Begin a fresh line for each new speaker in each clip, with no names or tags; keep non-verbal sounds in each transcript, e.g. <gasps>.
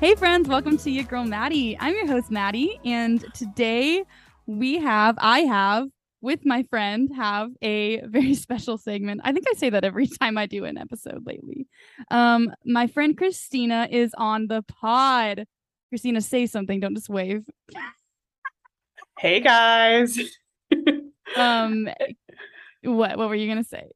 Hey, friends, welcome to Your Girl Maddie. I'm your host, Maddie, and today we have, I have, with my friend, have a very <laughs> special segment. I think I say that every <laughs> time I do an episode lately. Um, my friend Christina is on the pod. Christina, say something. Don't just wave.
Hey guys. <laughs>
Um, what? What were you gonna say?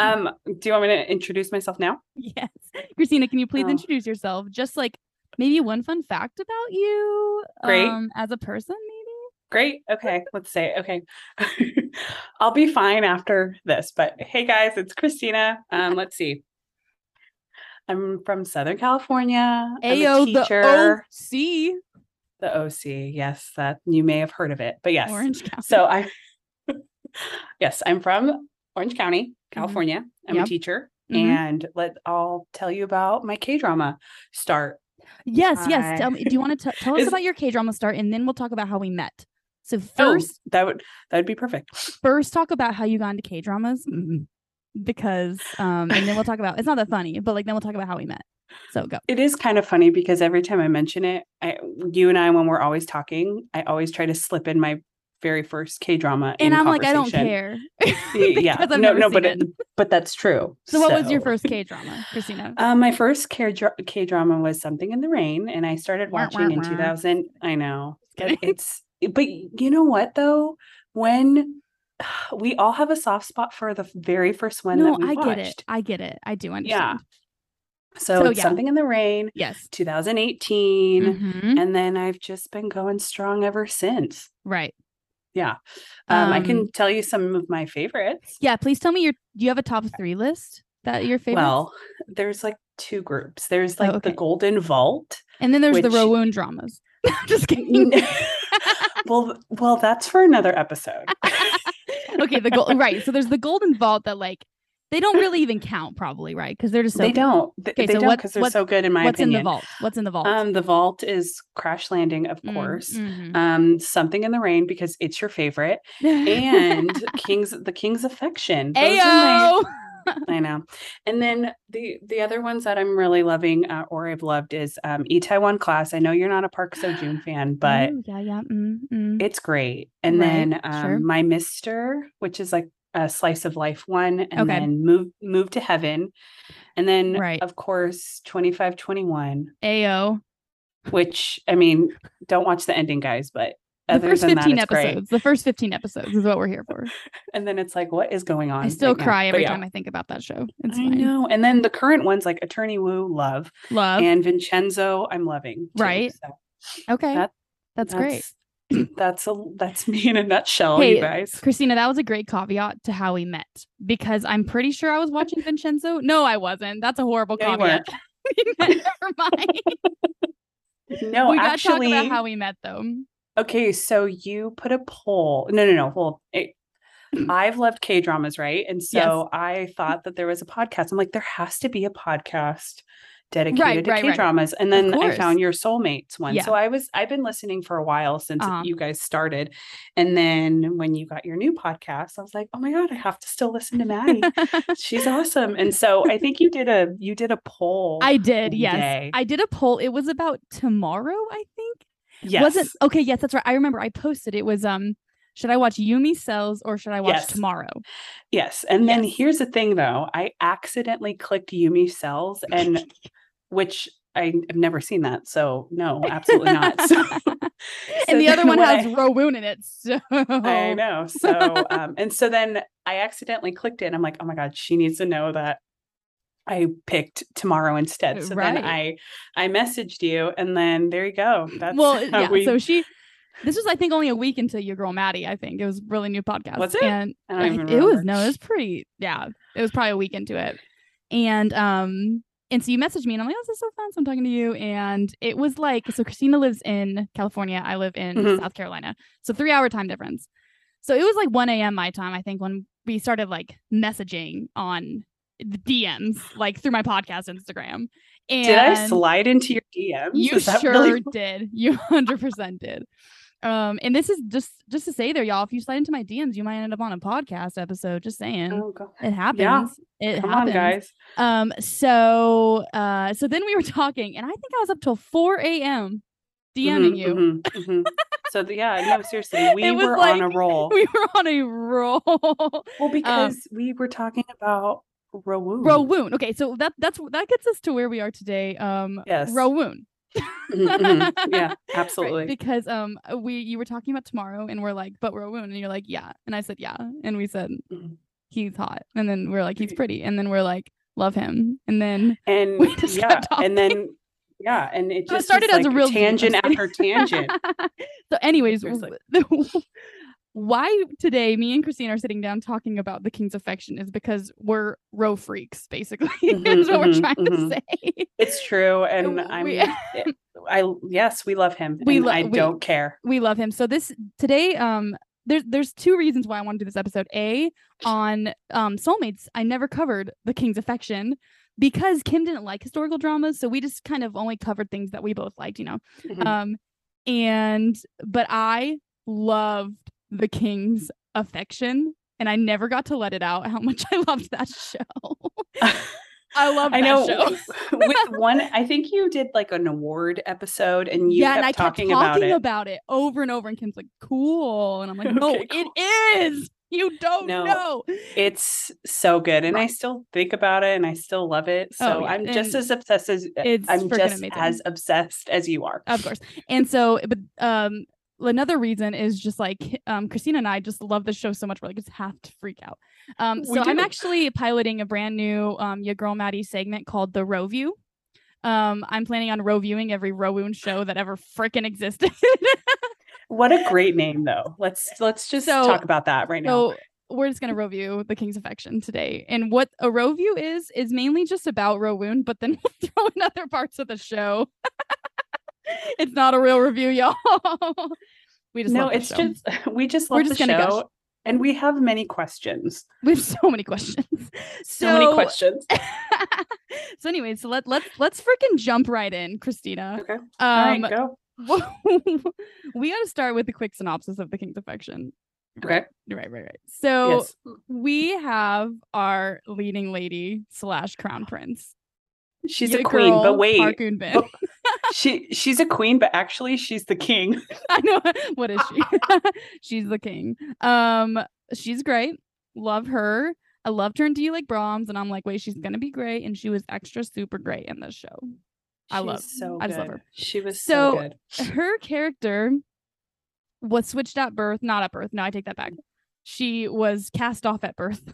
Um, do you want me to introduce myself now?
<laughs> Yes, Christina, can you please
Oh.
introduce yourself? Just like maybe one fun fact about you,
Great.
um, as a person, maybe.
Great. Okay, let's say okay. <laughs> I'll be fine after this, but hey guys, it's Christina. Um, let's see. I'm from Southern California. I'm a
Ayo,
teacher.
the OC,
The OC. Yes, that you may have heard of it, but yes.
Orange County.
So I <laughs> Yes, I'm from Orange County, California. I'm
Mm-hmm. Yep.
a teacher.
Mhm.
And let I'll tell you about my K drama start.
yes, yes.
I-
Tell me. Do you want to tell us
Is-
about your K drama start, and then we'll talk about how we met. So
Oh,
first,
that would that would be perfect.
first talk about how you got into K dramas,
Mm-hmm.
because um, and then we'll talk about it's not that funny, but like then we'll talk about how we met. So go.
It is kind of funny because every time I mention it, I, you and I, when we're always talking, I always try to slip in my very first K drama.
And I'm like, I don't
<laughs>
care. <laughs>
yeah,
because I've
no,
never
no,
seen
but
it.
but that's true.
So what was your first K drama, Christina?
Uh, my first K drama was Something in the Rain, and I started
Wah, wah,
watching in
wah.
2000. I know
Just
but it's but you know what though, when <sighs> we all have a soft spot for the very first <laughs> one
no,
that we
I
watched.
get it. I get it. I do
Yeah.
understand.
So,
So,
it's
yeah.
Something in the Rain,
Yes.
2018.
Mhm.
and then I've just been going strong ever since.
Right.
Yeah. Um, I
Um,
can tell you some of my favorites.
Yeah. Please tell me your. Do you have a top three list that your favorite?
Well, there's like two groups. There's like
Oh, okay.
the
<laughs>
Golden Vault.
and then there's the
which-
Rowan dramas. <laughs> Just kidding.
<laughs> well, well, that's for another episode.
<laughs> okay. The
<laughs>
gold. Right. So there's the Golden Vault that like they don't really even count probably right because they're just so.
they don't. They,
okay,
they
so
don't
what-
because they're
what-
so good in my
What's
opinion.
in the vault? What's in the vault?
Um, the vault is Crash Landing, of
Mm,
course.
mhm.
Um, something in the rain because it's your favorite, and Kings the King's Affection. Those are my-
<laughs> Ayo.
I know. And then the the other ones that I'm really loving uh, or I've loved is um Itaewon Class. I know you're not a Park Seo
<gasps>
Joon fan, but
Ooh, yeah, yeah. Mm, mm.
it's great. And
Right,
then um,
sure.
My Mister, which is like a slice of life one, and
Okay.
then Move Move to Heaven, and then
Right.
of course 2521,
Ayo.
which I mean, don't watch the ending, guys, but.
The
Other
first
than that,
15
it's
episodes.
great.
The first 15 episodes is what we're here for.
And then it's like, what is going on?
I still
right now?
cry
But
every
yeah.
time I think about that show. It's
I
fine.
know. And then the current ones like Attorney Woo, Love,
Love.
and Vincenzo, I'm loving. too,
Right.
so
okay.
that-
that's great.
great. That's <clears throat> a that's <laughs> me in a nutshell,
Hey,
you guys.
Christina, that was a great caveat to how we met because I'm pretty sure I was
<laughs>
watching Vincenzo. No, I wasn't. That's a horrible
No, you
caveat.
weren't.
<laughs>
<laughs>
Never mind.
No,
we got to talk
actually, oh,
about how we met though.
okay. So you put a poll. No, no, no. Well, it,
Hmm.
I've loved K dramas, right? And so I thought that there was a podcast. I'm like, there has to be a podcast dedicated to
right, right.
K dramas. And then I
course.
found your soulmates one.
Yeah.
So I was I've been listening for a while since
Uh-huh.
you guys started. And then when you got your new podcast, I was like, oh my god, I have to still listen
<laughs>
to Maddie. She's awesome. And so I think you did a you did a poll.
I did,
one
yes.
day.
I did a poll. It was about tomorrow, I think.
yes.
Was it okay? Yes, that's right. I remember I posted it was um should I watch Yumi Cells or should I watch
Yes. <laughs>
Tomorrow?
Yes. And then
Yes.
here's the thing though. I accidentally clicked Yumi cells and
<laughs>
which I have never seen that. So
<laughs>
no, absolutely not. So, so
and the other
then
one
when
has
I-
Rowoon in it. So Oh. <laughs>
I know. So um and so then I accidentally clicked it and I'm like, oh my God, she needs to know that I picked tomorrow instead. So then
Right.
I I messaged you and then there you go. That's
well,
<laughs> how
yeah.
we
So she, this was I think only a week into your girl Maddie. I think it was a really new podcast.
Was it?
And
I
I-
don't
<laughs>
even
it was
remember.
no, it was pretty. Yeah, it was probably a week into it, and um, and so you messaged me, and I'm like, oh, this is so fun. So I'm talking to you, and it was like, so Christina lives in California, I live in
Mhm.
South Carolina, so three hour time difference. So it was like 1 a.m. my time, I think, when we started like messaging on the DMs, like through my podcast Instagram. And
<laughs> Did I slide into your DMs?
you
Is that
sure <laughs>
really-
did. You 100% did. Um, and this is just just to say there, y'all. If you slide into my DMs, you might end up on a podcast episode. Just saying,
Oh, God.
it happens.
Yeah.
It
Come on,
happens.
guys.
Um, so uh, so then we were talking, and I think I was up till four a.m. DMing
Mhm,
you.
mhm, <laughs>
mm-hmm.
mhm. so the, yeah, no, seriously, we
It was
were on a
like-
roll.
<laughs> We were on a roll.
well, because we were talking about Rawoon.
Rowoon. Okay, so that that's that gets us to where we are today. Um,
Yes.
Rowoon.
Mhm, mhm. Yeah,
<laughs> Right,
absolutely.
because um, we you were talking about tomorrow, and we're like, but Rowoon, and you're like, yeah, and I said, yeah, and we said
Mhm.
he's hot, and then we're like, he's pretty, and then we're like, love him, and then
and
We just
yeah,
kept
and then yeah, and it
So it
just
started
was
as a
like
real joke, I'm <laughs>
tangent
just kidding.
after tangent.
so, anyways,
There's,
w- <laughs> the- why today me and Christine are sitting down talking about the King's affection is because we're row freaks, basically, <laughs>
Mhm,
is what we're
mhm,
trying
mhm.
to say.
It's true,
<laughs>
and
We-
I'm. it- I yes, we love him.
We
and
lo-
I
we-
don't care.
we love him. So this today, um, there's there's two reasons why I want to do this episode. A on um soulmates, I never covered the King's affection because Kim didn't like historical dramas, so we just kind of only covered things that we both liked, you know.
Mhm.
Um, and but I loved the King's affection. And I never got to let it out how much I loved that
<laughs>
show. I love that
I know
show.
<laughs> with one, I think you did like an award episode, and you
yeah,
kept
and I kept
talking,
talking
about it.
over and over, and Kim's like, "Cool," and I'm
<laughs>
like, "No,
Okay, cool."
it is. You don't
No.
know."
It's so good, and I
Right.
still think about it, and I still love it. So
Oh, yeah,
I'm just
and
as obsessed as uh,
it's
I'm
freaking
just
amazing.
as obsessed as you are.
Of course. And so, but um, another reason is just like um, Christina and I just love this show so much. We're like, just have to freak out. Um,
We
so I'm
do.
actually piloting a brand new um, Your Girl Maddie segment called the Row View. Um, I'm planning on row viewing every Rowoon show that ever freaking existed. <laughs>
What a great name, though. Let's let's just
So-
talk about that right now.
So we're just gonna review the King's Affection today, and what a row view is is mainly just about Rowoon, but then <laughs> we'll throw in other parts of the show. <laughs> it's not a real review, y'all. <laughs> we just
no,
love this
it's
show.
just <laughs> we just
We're
love
just
the
gonna gush.
show, and we have many questions.
<laughs> we have so many questions. So,
<laughs> So, many questions.
<laughs> so anyway, so let let's let's freaking jump right in, Christina.
Okay, all right,
Um,
go.
<laughs> we got to start with a quick synopsis of the King's Affection.
Okay,
Right, right, right. So.
yes.
we have our leading lady slash crown prince.
She's
Your
a queen,
girl,
but wait, Oh.
Park Eun-bin.
but- <laughs> she she's a queen, but actually she's the king.
<laughs> I know what is she? <laughs> she's the king. Um, she's great. Love her. I loved her in Do You Like Brahms? And I'm like, wait, she's gonna be great, and she was extra super great in this show. I
She's
love-
So
I just love
good.
her.
She was so,
So-
good.
Her character was switched at birth, not at birth. No, I take that back. She was cast off at birth,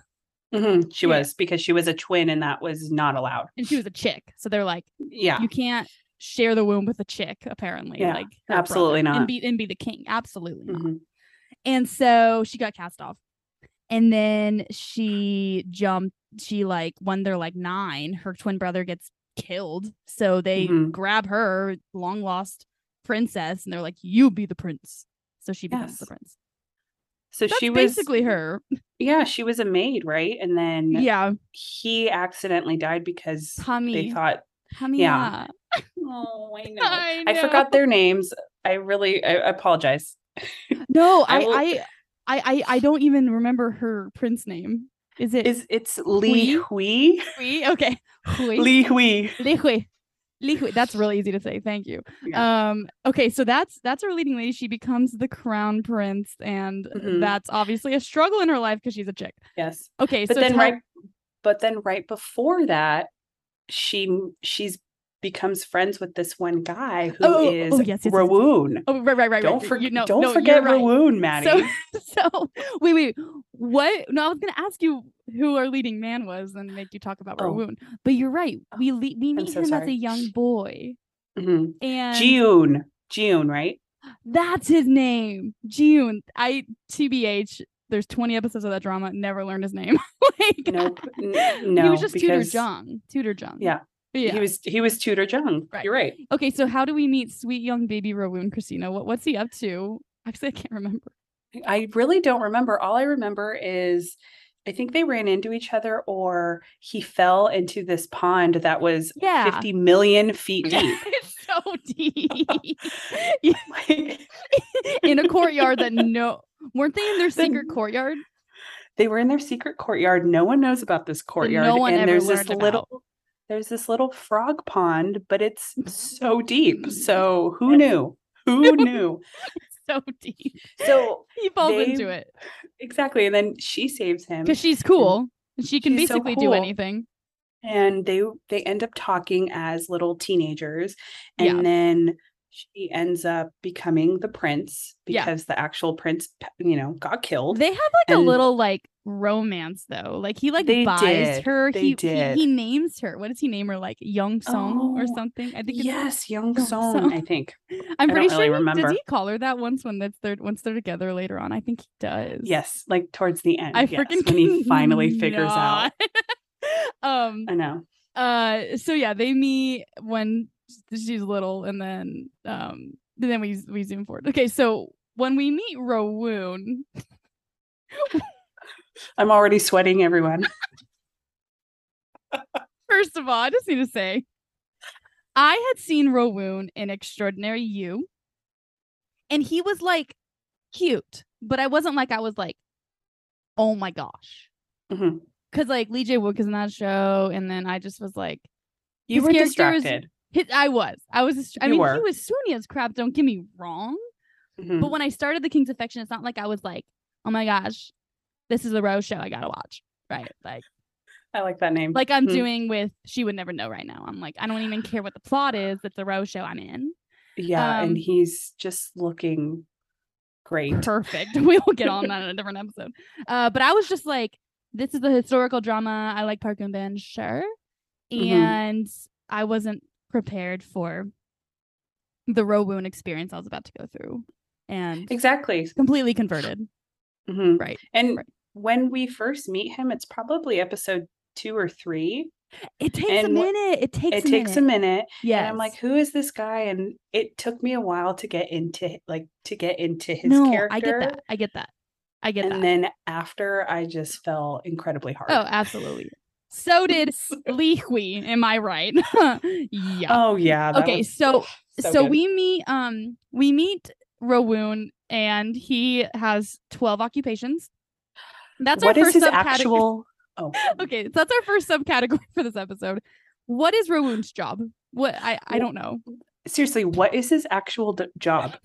Mhm, She
yeah.
was because she was a twin, and that was not allowed.
and she was a chick. So they're like,
Yeah,
you can't share the womb with a chick apparently
Yeah,
like her
absolutely
brother, and
not.
be and be the king absolutely not
Mhm.
and so she got cast off and then she jumped she like when they're like nine her twin brother gets killed so they
Mhm.
grab her long lost princess and they're like you be the prince so she becomes the
Yes.
prince
so
that's
she was
basically her
Yeah, she was a maid, right? And then
yeah
he accidentally died because they
Tommy
thought,
Tommy
yeah. oh, <laughs> I know.
I
I
know.
forgot their names. I really I apologize.
no
I
I,
will-
I I I I don't even remember her prince name is it
Is it's Li Hui?
Hui. Okay. Hui.
Li Hui.
Li Hui. Li Hui. That's really easy to say. Thank you. Um, okay, so that's that's our leading lady. She becomes the crown prince, and
Mhm.
that's obviously a struggle in her life because she's a chick.
Yes.
Okay,
But
so
then
tell-
right but then right before that, she she's becomes friends with this one guy who is
Oh, oh, oh, yes, yes, yes.
Rawoon.
Oh, right, right, right.
Don't,
right.
for,
You- no,
don't
no, you're
forget
right.
Rawoon, Maddie.
So, <laughs> so wait, wait. What? No, I was gonna ask you who our leading man was and make you talk about
Oh.
Rawoon, but you're right. We le- we meet
so
him as
sorry.
a young boy, <laughs>
Mhm.
and
Jiun. Jiun, right?
That's his name, June. I tbh. There's 20 episodes of that drama. Never learned his name. <laughs> like, <laughs>
Nope. N-
he
no,
was just
because-
Tutor Jung. Tutor Jung.
Yeah.
Yeah.
He was he was Tudor Jung.
Right.
You're right.
okay. So how do we meet sweet young baby Rowoon Christina? What what's he up to? Actually, I can't remember.
I really don't remember. All I remember is I think they ran into each other or he fell into this pond that was
Yeah. <laughs>
50 million feet deep. <laughs>
it's so deep. <laughs> in a courtyard that no weren't they in their
Then-
secret courtyard?
they were in their secret courtyard. No one knows about this courtyard.
no one
and
ever
there's this
learned about. <laughs>
little there's this little frog pond, but it's
Mm-hmm.
so deep. So who knew?
<laughs>
Who knew?
So deep.
So
He falls
They-
into it.
exactly. And then she saves him.
Because she's cool. and She can
she's so
basically do
cool.
anything.
and they they end up talking as little teenagers and
Yeah.
then she ends up becoming the prince
Yeah.
because the actual prince you know got killed
They have like a
And-
little like romance though. Like he like
They
buys
did.
her.
They
he, he-
did.
he names her. What does he name her? Like Young Song or
Oh,
something. I think. It's,
yes young
Young
song
Song.
i
<laughs>
think
I'm
I don't
pretty sure.
really
he,
remember.
Does he call her that once when that's they're once they're together later on? I think he does.
yes like towards the end
I
yes,
freaking <laughs>
when he finally figures out
cannot. <laughs> um.
i know
Uh. So yeah, they meet when she's little, and then um. Then we we zoom forward. Okay, so when we meet Rowoon,
i'm already sweating everyone
<laughs> First of all, I just need to say, I had seen Rowoon in Extraordinary You, and he was like cute, but I wasn't like I was like, oh my gosh,
Mhm.
because like Lee J Wook is in that show, and then I just was like,
you
His
were
character is-
distracted
his, I was, I was, dist- I
You
mean, he
were.
was Sunni as crap. Don't get me wrong,
Mhm.
but when I started The King's Affection, it's not like I was like, oh my gosh, this is a Rose show I gotta watch, right? Like.
i like that name
like I'm
Mhm.
doing with She Would Never Know right now. I'm like, I don't even care what the plot is. It's a row show I'm in.
yeah
um,
and he's just looking great
Perfect. <laughs> We'll get on that in a different episode. Uh, but I was just like, this is a historical drama. I like Park and Bin, sure.
Mhm.
And I wasn't prepared for the Rowoon experience I was about to go through and
exactly
completely converted.
Mhm.
Right.
And
Right.
when we first meet him, it's probably episode two or three.
It takes a
And wh-
minute. It takes
it
a
takes
minute.
a minute.
Yes.
And I'm like, who is this guy? And it took me a while to get into like to get into his
no,
character.
I get that. I get that. I get
and
that.
then after I just fell incredibly hard.
Oh, absolutely. So
<laughs>
did Li Hui. Am I right? <laughs> yeah.
Oh, yeah. that
okay,
was
so so,
<sighs> so good.
we meet um we meet Rowoon and he has twelve occupations. That's
what
our
is
first
his
subcategory.
actual oh
<laughs> okay, so that's our first subcategory for this episode. What is Rowoon's job? What I I
Wh-
don't know.
seriously, what is his actual d- job?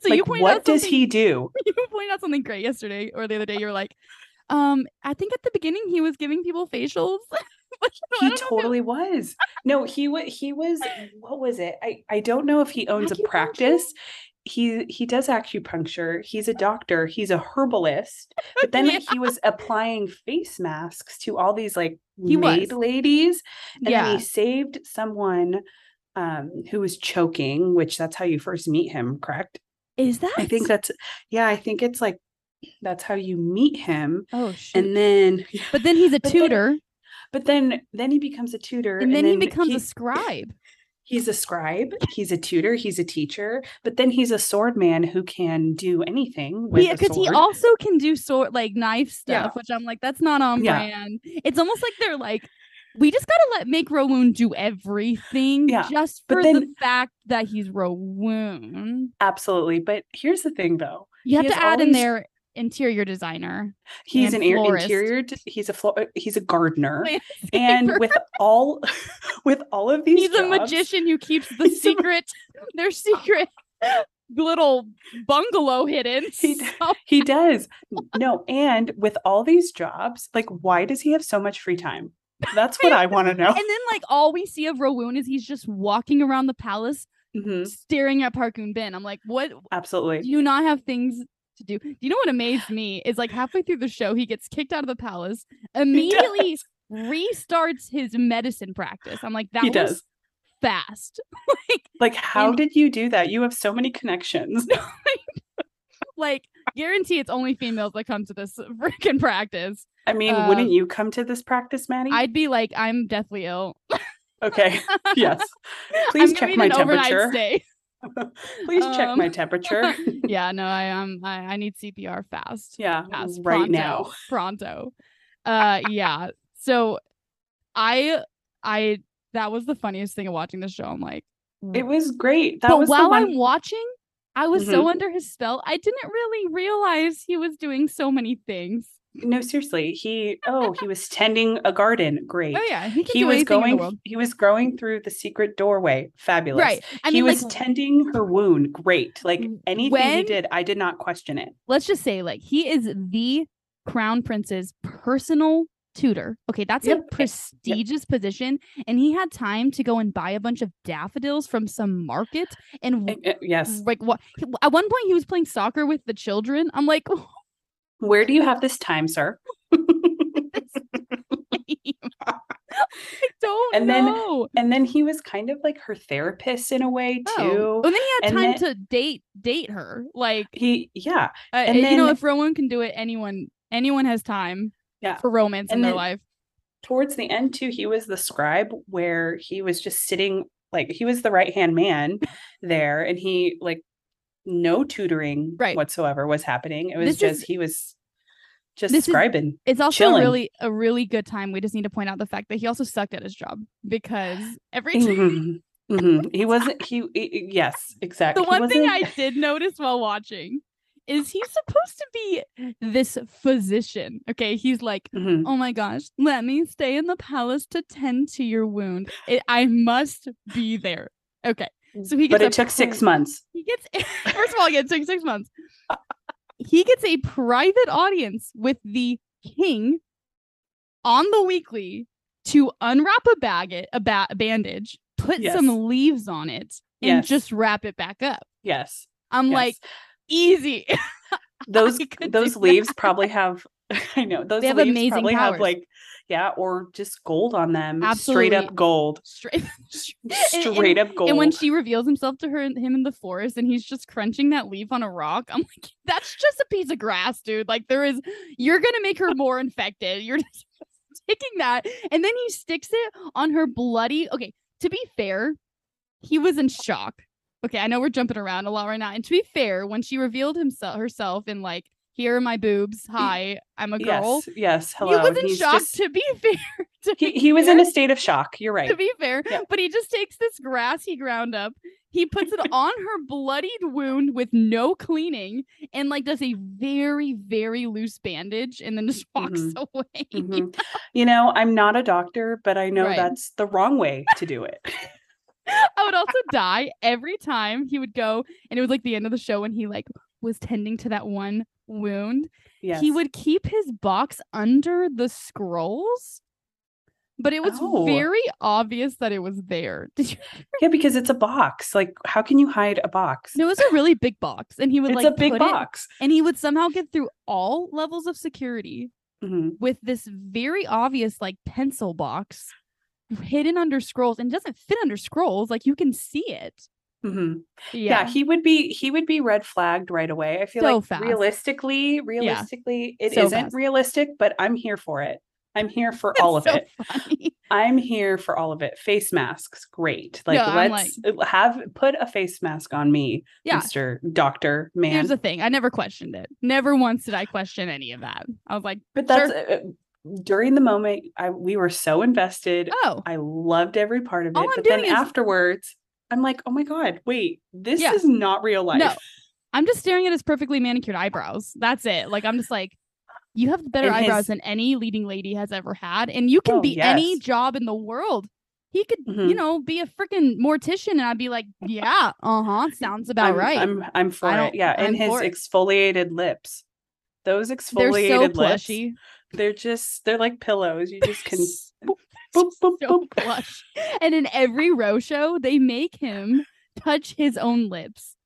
So you
like
point
what
out
does
something-
he do?
<laughs> you pointed out something great yesterday or the other day. You were like, um, I think at the beginning he was giving people facials. <laughs> I don't know
He
if it
totally was. No, he was he was what was it? I I don't know if he owns a
Acupuncture?
practice. He he does acupuncture. He's a doctor. He's a
<laughs>
herbalist. But then like, he was applying face masks to all these like
He
maid
was.
ladies. And
yeah.
then he saved someone um who was choking, which that's how you first meet him, correct?
Is that?
I think that's yeah, I think it's like that's how you meet him.
Oh shoot!
And then
but then he's a
but then-
tutor,
but then then he becomes a tutor
and, then, he becomes
he-
a scribe.
He's a scribe, he's a tutor, he's a teacher, but then he's a sword man who can do anything <laughs> with
Yeah,
a
because he
sword.
also can do sword like knife
Yeah.
stuff, which I'm like, that's not on
Yeah.
brand. It's almost like they're like, we just gotta let make Rowoon do everything,
Yeah,
just
but
for the
then-
fact that he's Rowoon.
Absolutely. But here's the thing though.
You have
He
to
is
add in
always-
there interior designer.
He's
And
an ear-
florist.
interior d- he's a flo- uh, he's
<laughs>
a gardener.
landscaper.
And with all <laughs> with all of these
he's a
jobs-
magician who keeps the
<laughs> He's a ma-
secret, their secret <laughs> little bungalow hidden.
He d- <laughs>
so- <laughs>
He does. No, and with all these jobs, like why does he have so much free time? That's
<laughs>
what I want to know.
And then like all we see of Rowoon is he's just walking around the palace
Mhm,
staring at Park Eun Bin. I'm like, what do
Absolutely.
you not have things to do? Do you know what amazed me is like halfway through the show he gets kicked out of the palace, immediately restarts his medicine practice. I'm like, that
He
was
does.
fast. <laughs>
Like how
and-
did you do that? You have so many connections. <laughs>
Like, guarantee it's only females that come to this <laughs> freaking practice.
I mean,
Um,
wouldn't you come to this practice, Maddie?
I'd be like, I'm deathly ill. <laughs>
Okay. Yes.
I'm
Please
gonna
check
need
my
an overnight
temperature. <laughs>
stay.
Please check my
Um, <laughs>
temperature. <laughs>
yeah, no, I um I, I need CPR fast.
yeah.
fast
Right
pronto,
now. <laughs>
pronto uh yeah. So I I that was the funniest thing of watching the show. I'm like
It was great. That
Mm. but
was
while
the one Mm-hmm.
I'm watching, I was so under his spell. I didn't really realize he was doing so many things.
No, seriously. He oh, he was tending a garden. Great.
Oh yeah, he, can
He
do
was
anything in the
going
world.
he was growing through the secret doorway. Fabulous.
right. I
he
mean,
was
like,
tending her wound. Great. Like
W-
anything he
when-
did, I did not question it.
let's just say, like, he is the crown prince's personal tutor. Okay, that's
Yep. Yep.
a prestigious position, and he had time to go and buy a bunch of daffodils from some market. And w-
Uh, uh, Yes.
like, what? he- At one point, he was playing soccer with the children. I'm like, <laughs> "Oh,
<laughs>
Mm.
Where do you have this time, sir?
don't
And then-
know.
and then he was kind of like her therapist in a way
Mm. Oh.
too.
And then he had
and
time to date date her. Like,
He yeah.
uh,
and
you know,
then-
if Rowan can do it, anyone anyone has time.
Yeah.
for romance in
And
their
then-
life.
Towards the end too, he was the scribe where he was just sitting like he was the right hand man there and he like no tutoring
Right.
whatsoever was happening. It was
This is-
just he was just
this is-
scribing.
It's also
Chilling.
a really a really good time. We just need to point out the fact that he also sucked at his job because
<laughs>
every time
Mhm. Mhm. He wasn't. He, he- yes, exactly.
the
He
one thing I
wasn't-
did notice while watching is he's supposed to be this physician. Okay, he's like,
Mhm.
oh my gosh, let me stay in the palace to tend to your wound. It, I must be there. Okay, so he gets
Mm, but
a
it took six
pro-
months.
He gets <laughs> first of all, it took six months. He gets a private audience with the king on the weekly to unwrap a bag a, ba- a bandage, put
Yes.
some leaves on it, and
Yes.
just wrap it back up.
Yes,
I'm
yes.
like, <laughs> easy. <laughs>
those
I could
those
do
leaves probably have. <laughs> I know those
have
leaves
amazing
probably have
powers.
like yeah, or just gold on them. Straight
Absolutely.
up gold.
Straight. And- and-
Straight up gold.
And when she reveals himself to her and him in the forest and he's just crunching that leaf on a rock, I'm like, <laughs> that's just a piece of grass, dude. Like there is you're gonna make her more infected. You're <laughs> just taking that. And then he sticks it on her bloody okay. To be fair, he was in shock. Okay, I know we're jumping around a lot right now. And to be fair, when she revealed himself herself and like, here are my boobs. Hi, I'm a girl.
yes, yes, hello.
He was in
He's
shock.
just-
to be <laughs> fair, to
he,
be
he was in
fair
a state of shock. You're right.
to be fair.
Yeah.
But he just takes this grass he ground up, he puts it <laughs> on her bloodied wound with no cleaning, and like does a very, very loose bandage and then just walks
Mhm.
away. <laughs>
Mhm. You know, I'm not a doctor, but I know
Right.
that's the wrong way to do it.
I would also die every time he would go, and it was like the end of the show when he like was tending to that one wound.
Yes.
<laughs> He would keep his box under the scrolls. But it was
Oh.
very obvious that it was there. <laughs> Did you
Yeah, because it's a box. Like, how can you hide a box?
No, it was a really big box, and he would
it's
like
a big
put it-
box.
and he would somehow get through all levels of security
Mhm.
with this very obvious like pencil box hidden under scrolls and it doesn't fit under scrolls like you can see it
Mhm. Yeah.
yeah, <laughs>
he would be he would be red flagged right away. I feel
So
like
fast.
realistically, realistically, it
So
not
fast.
realistic, but I'm here for it.
<laughs>
I'm here for all of
It's so
it.
funny. <laughs>
I'm here for all of it. Face masks, great. Like
No, I'm
let's have put a face mask on me,
Yeah.
Mr. Doctor Man.
here's the thing i never questioned it never once did i question any of that i was like
but that's uh, during the moment I we were so invested.
oh
I loved every part of it.
All I'm
but then
doing is-
afterwards, I'm like, oh my God, wait, this
Yeah.
is not real life.
no i'm just staring at his perfectly manicured eyebrows that's it like i'm just like you have better
And his-
eyebrows than any leading lady has ever had and you can
Oh,
be any
yes.
job in the world he could
Mhm.
you know, be a freaking mortician. And I'd be like, yeah, uh huh, sounds about
I'm,
right.
I'm I'm for
I
it.
don't-
Yeah.
I'm
And his
for it.
exfoliated lips. Those
They're
exfoliated
so
lips. <laughs>
plushy.
They're just they're like pillows. You just can
<laughs> So
boop, boop, boop.
plush. And in every row show, they make him touch his own lips.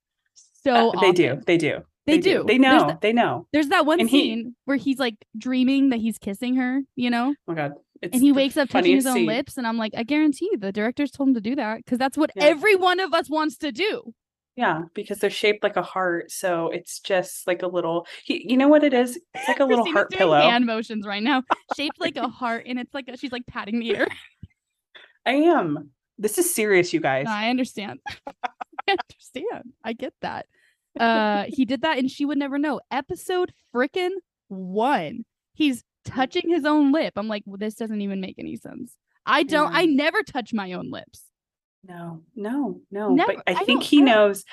So
Uh, they do.
often.
They do.
They, do.
They
There's
know.
th-
They know.
There's that one
And he-
scene where he's like dreaming that he's kissing her, you know,
Oh my God. It's
and he
the
wakes up touching his
funniest
own
scene.
lips. And I'm like, I guarantee you the directors told him to do that because that's what
Yeah.
every one of us wants to do.
Yeah, because they're shaped like a heart. So it's just like a little he, you know what it is?
<laughs>
It's like a little
Christina's
heart
doing
pillow.
Hand motions right now, shaped like
<laughs>
a heart, and it's like a, she's like patting the air.
I am. This is serious, you guys.
No, I understand. <laughs> I understand. I get that.
Mm.
Uh he did that and she would never know. Episode freaking 1. He's touching his own lip. I'm like, well, this doesn't even make any sense. I don't,
Yeah.
I never touch my own lips.
No, no, no.
Never-
but I,
I
think
don't
he
know.
knows.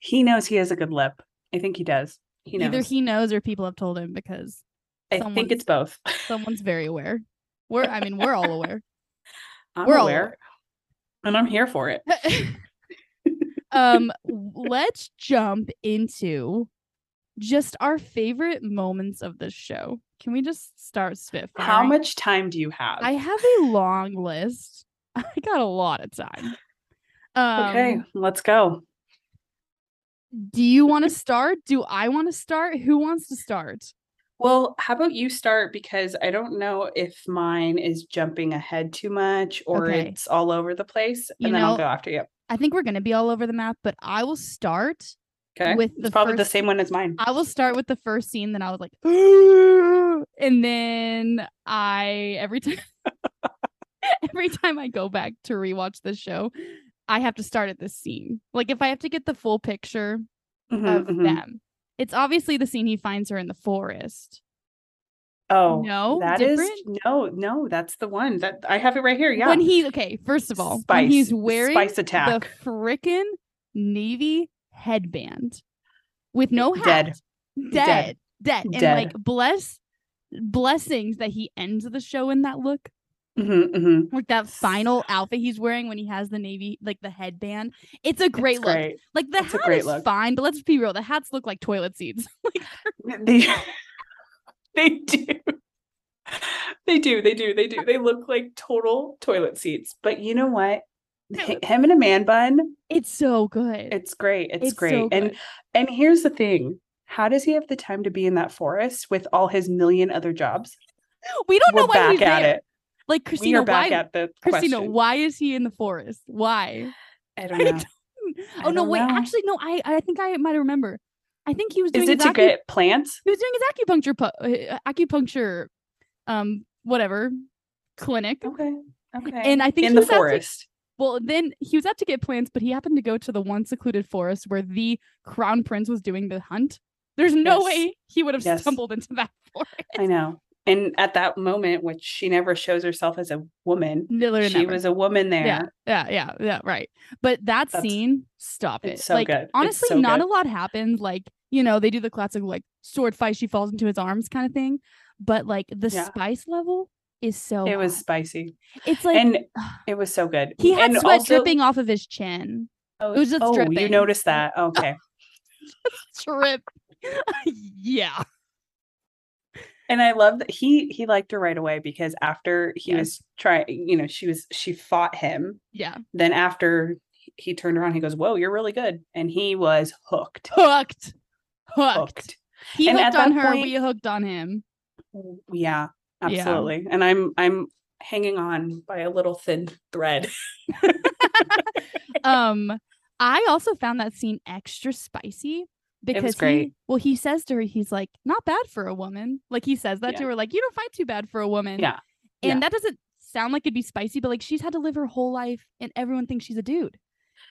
He knows he has a good lip. I think he does. He knows.
Either he knows or people have told him because
I think it's both. <laughs>
someone's very aware. We're, I mean, we're all aware.
I'm
we're all
aware,
aware.
and I'm here for it.
<laughs> um, w- let's jump into just our favorite moments of this show. Can we just start spitfiring?
How much time do you have?
I have a long list. <laughs> I got a lot of time. Um,
okay, let's go.
Do you want to start? Do I want to start? Who wants to start?
Well, how about you start because I don't know if mine is jumping ahead too much or
Okay.
it's all over the place, and
You
then I'll
know,
go after you.
I think we're going to be all over the map, but I will start.
Okay,
with
it's
the
probably the
first-
same one as mine.
I will start with the first scene. Then I was like, <gasps> and then I every time <laughs> every time I go back to rewatch this show, I have to start at this scene. Like if I have to get the full picture
Mhm,
of
mhm.
them, it's obviously the scene he finds her in the forest.
Oh
No?
that is
Different?
no, no, that's the one that I have it right here. Yeah,
When he okay, first of all, when he's wearing
spice
the
attack.
frickin' navy headband with no hat.
Dead.
dead, dead, and
Dead.
like bless blessings that he ends the show in that look,
Mhm, mhm.
like that final outfit he's wearing when he has the navy, like the headband. It's a great
It's
look.
great.
Like the
It's a
hat
great
is
look.
fine, but let's be real, the hats look like toilet
<laughs>
seats. <laughs>
They <laughs> they do. They do, they do, they do. They look like total toilet seats. But you know what? H- Him in a man bun,
It's so good.
it's great. It's,
It's
great.
so
And
good.
and here's the thing. How does he have the time to be in that forest with all his million other jobs?
we don't know
We're
why
back
he's
at
there.
it.
Like Christina,
we are back
why?
at the
Christina,
<laughs> question.
why is he in the forest? Why?
I
I
don't know.
oh no,
don't
wait.
know.
Actually, no. I I think I might remember. I think he was doing
Is it
his
to
acu-
get plants?
he was doing his acupuncture pu- uh, acupuncture um whatever clinic
Okay. Okay.
and i think
in
he
the
was out to-
forest.
well then he was out to get plants but he happened to go to the one secluded forest where the crown prince was doing the hunt there's no
Yes.
way he would have
Yes.
stumbled into that <laughs> forest
I know. And at that moment, which she never shows herself as a woman,
Literally
she
never.
was a woman there.
yeah yeah yeah yeah right but that
That's-
scene stop it
It's so
like
good. It's
honestly
so
not
good.
a lot happens like you know they do the classic like sword fight she falls into his arms kind of thing but like the
Yeah.
spice level is so
it was
high.
spicy,
it's Oh, like <sighs>
and it was so good.
He had
and
sweat
also-
dripping off of his chin.
Oh,
was just
oh, You
dripping. <laughs>
noticed that? Okay.
Drip. <laughs> yeah.
And I love that he he liked her right away because after he
Yes.
was trying, you know, she was she fought him.
Yeah.
Then after he turned around, he goes, "Whoa, you're really good," and he was hooked.
Hooked. Hooked.
Hooked.
He
And at
hooked on
that
her.
point-
we hooked on him.
W-
Yeah.
Yeah, absolutely. And I'm I'm hanging on by a little thin thread.
Um, I also found that scene extra spicy because
great.
he well, he says to her, he's like, not bad for a woman. Like he says that to
Yeah.
her, like, you don't fight too bad for a woman.
Yeah.
And
Yeah.
that doesn't sound like it'd be spicy, but like she's had to live her whole life and everyone thinks she's a dude.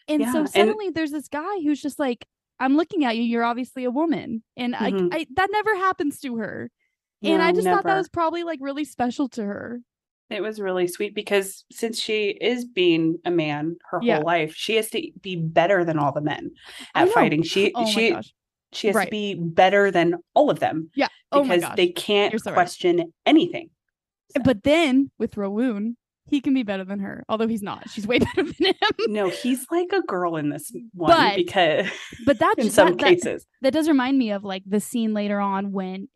And
Yeah,
so
and-
suddenly there's this guy who's just like, I'm looking at you, you're obviously a woman. And like
Mhm.
I that never happens to her. <laughs> And I
No,
just thought that
never.
was probably like really special to her.
It was really sweet because since she is being a man her
Yeah.
whole life, she has to be better than all the men
I
at
know.
fighting. She
Oh
she
my gosh.
she has
Right.
to be better than all of them
Oh
because
my gosh.
they can't
You're so right.
question anything.
But then with Rowoon, he can be better than her, although he's not. She's way <laughs> better than him.
No, he's like a girl in this one
But-
because <laughs>
But that's
in some
that, that-
cases.
that does remind me of like the scene later on when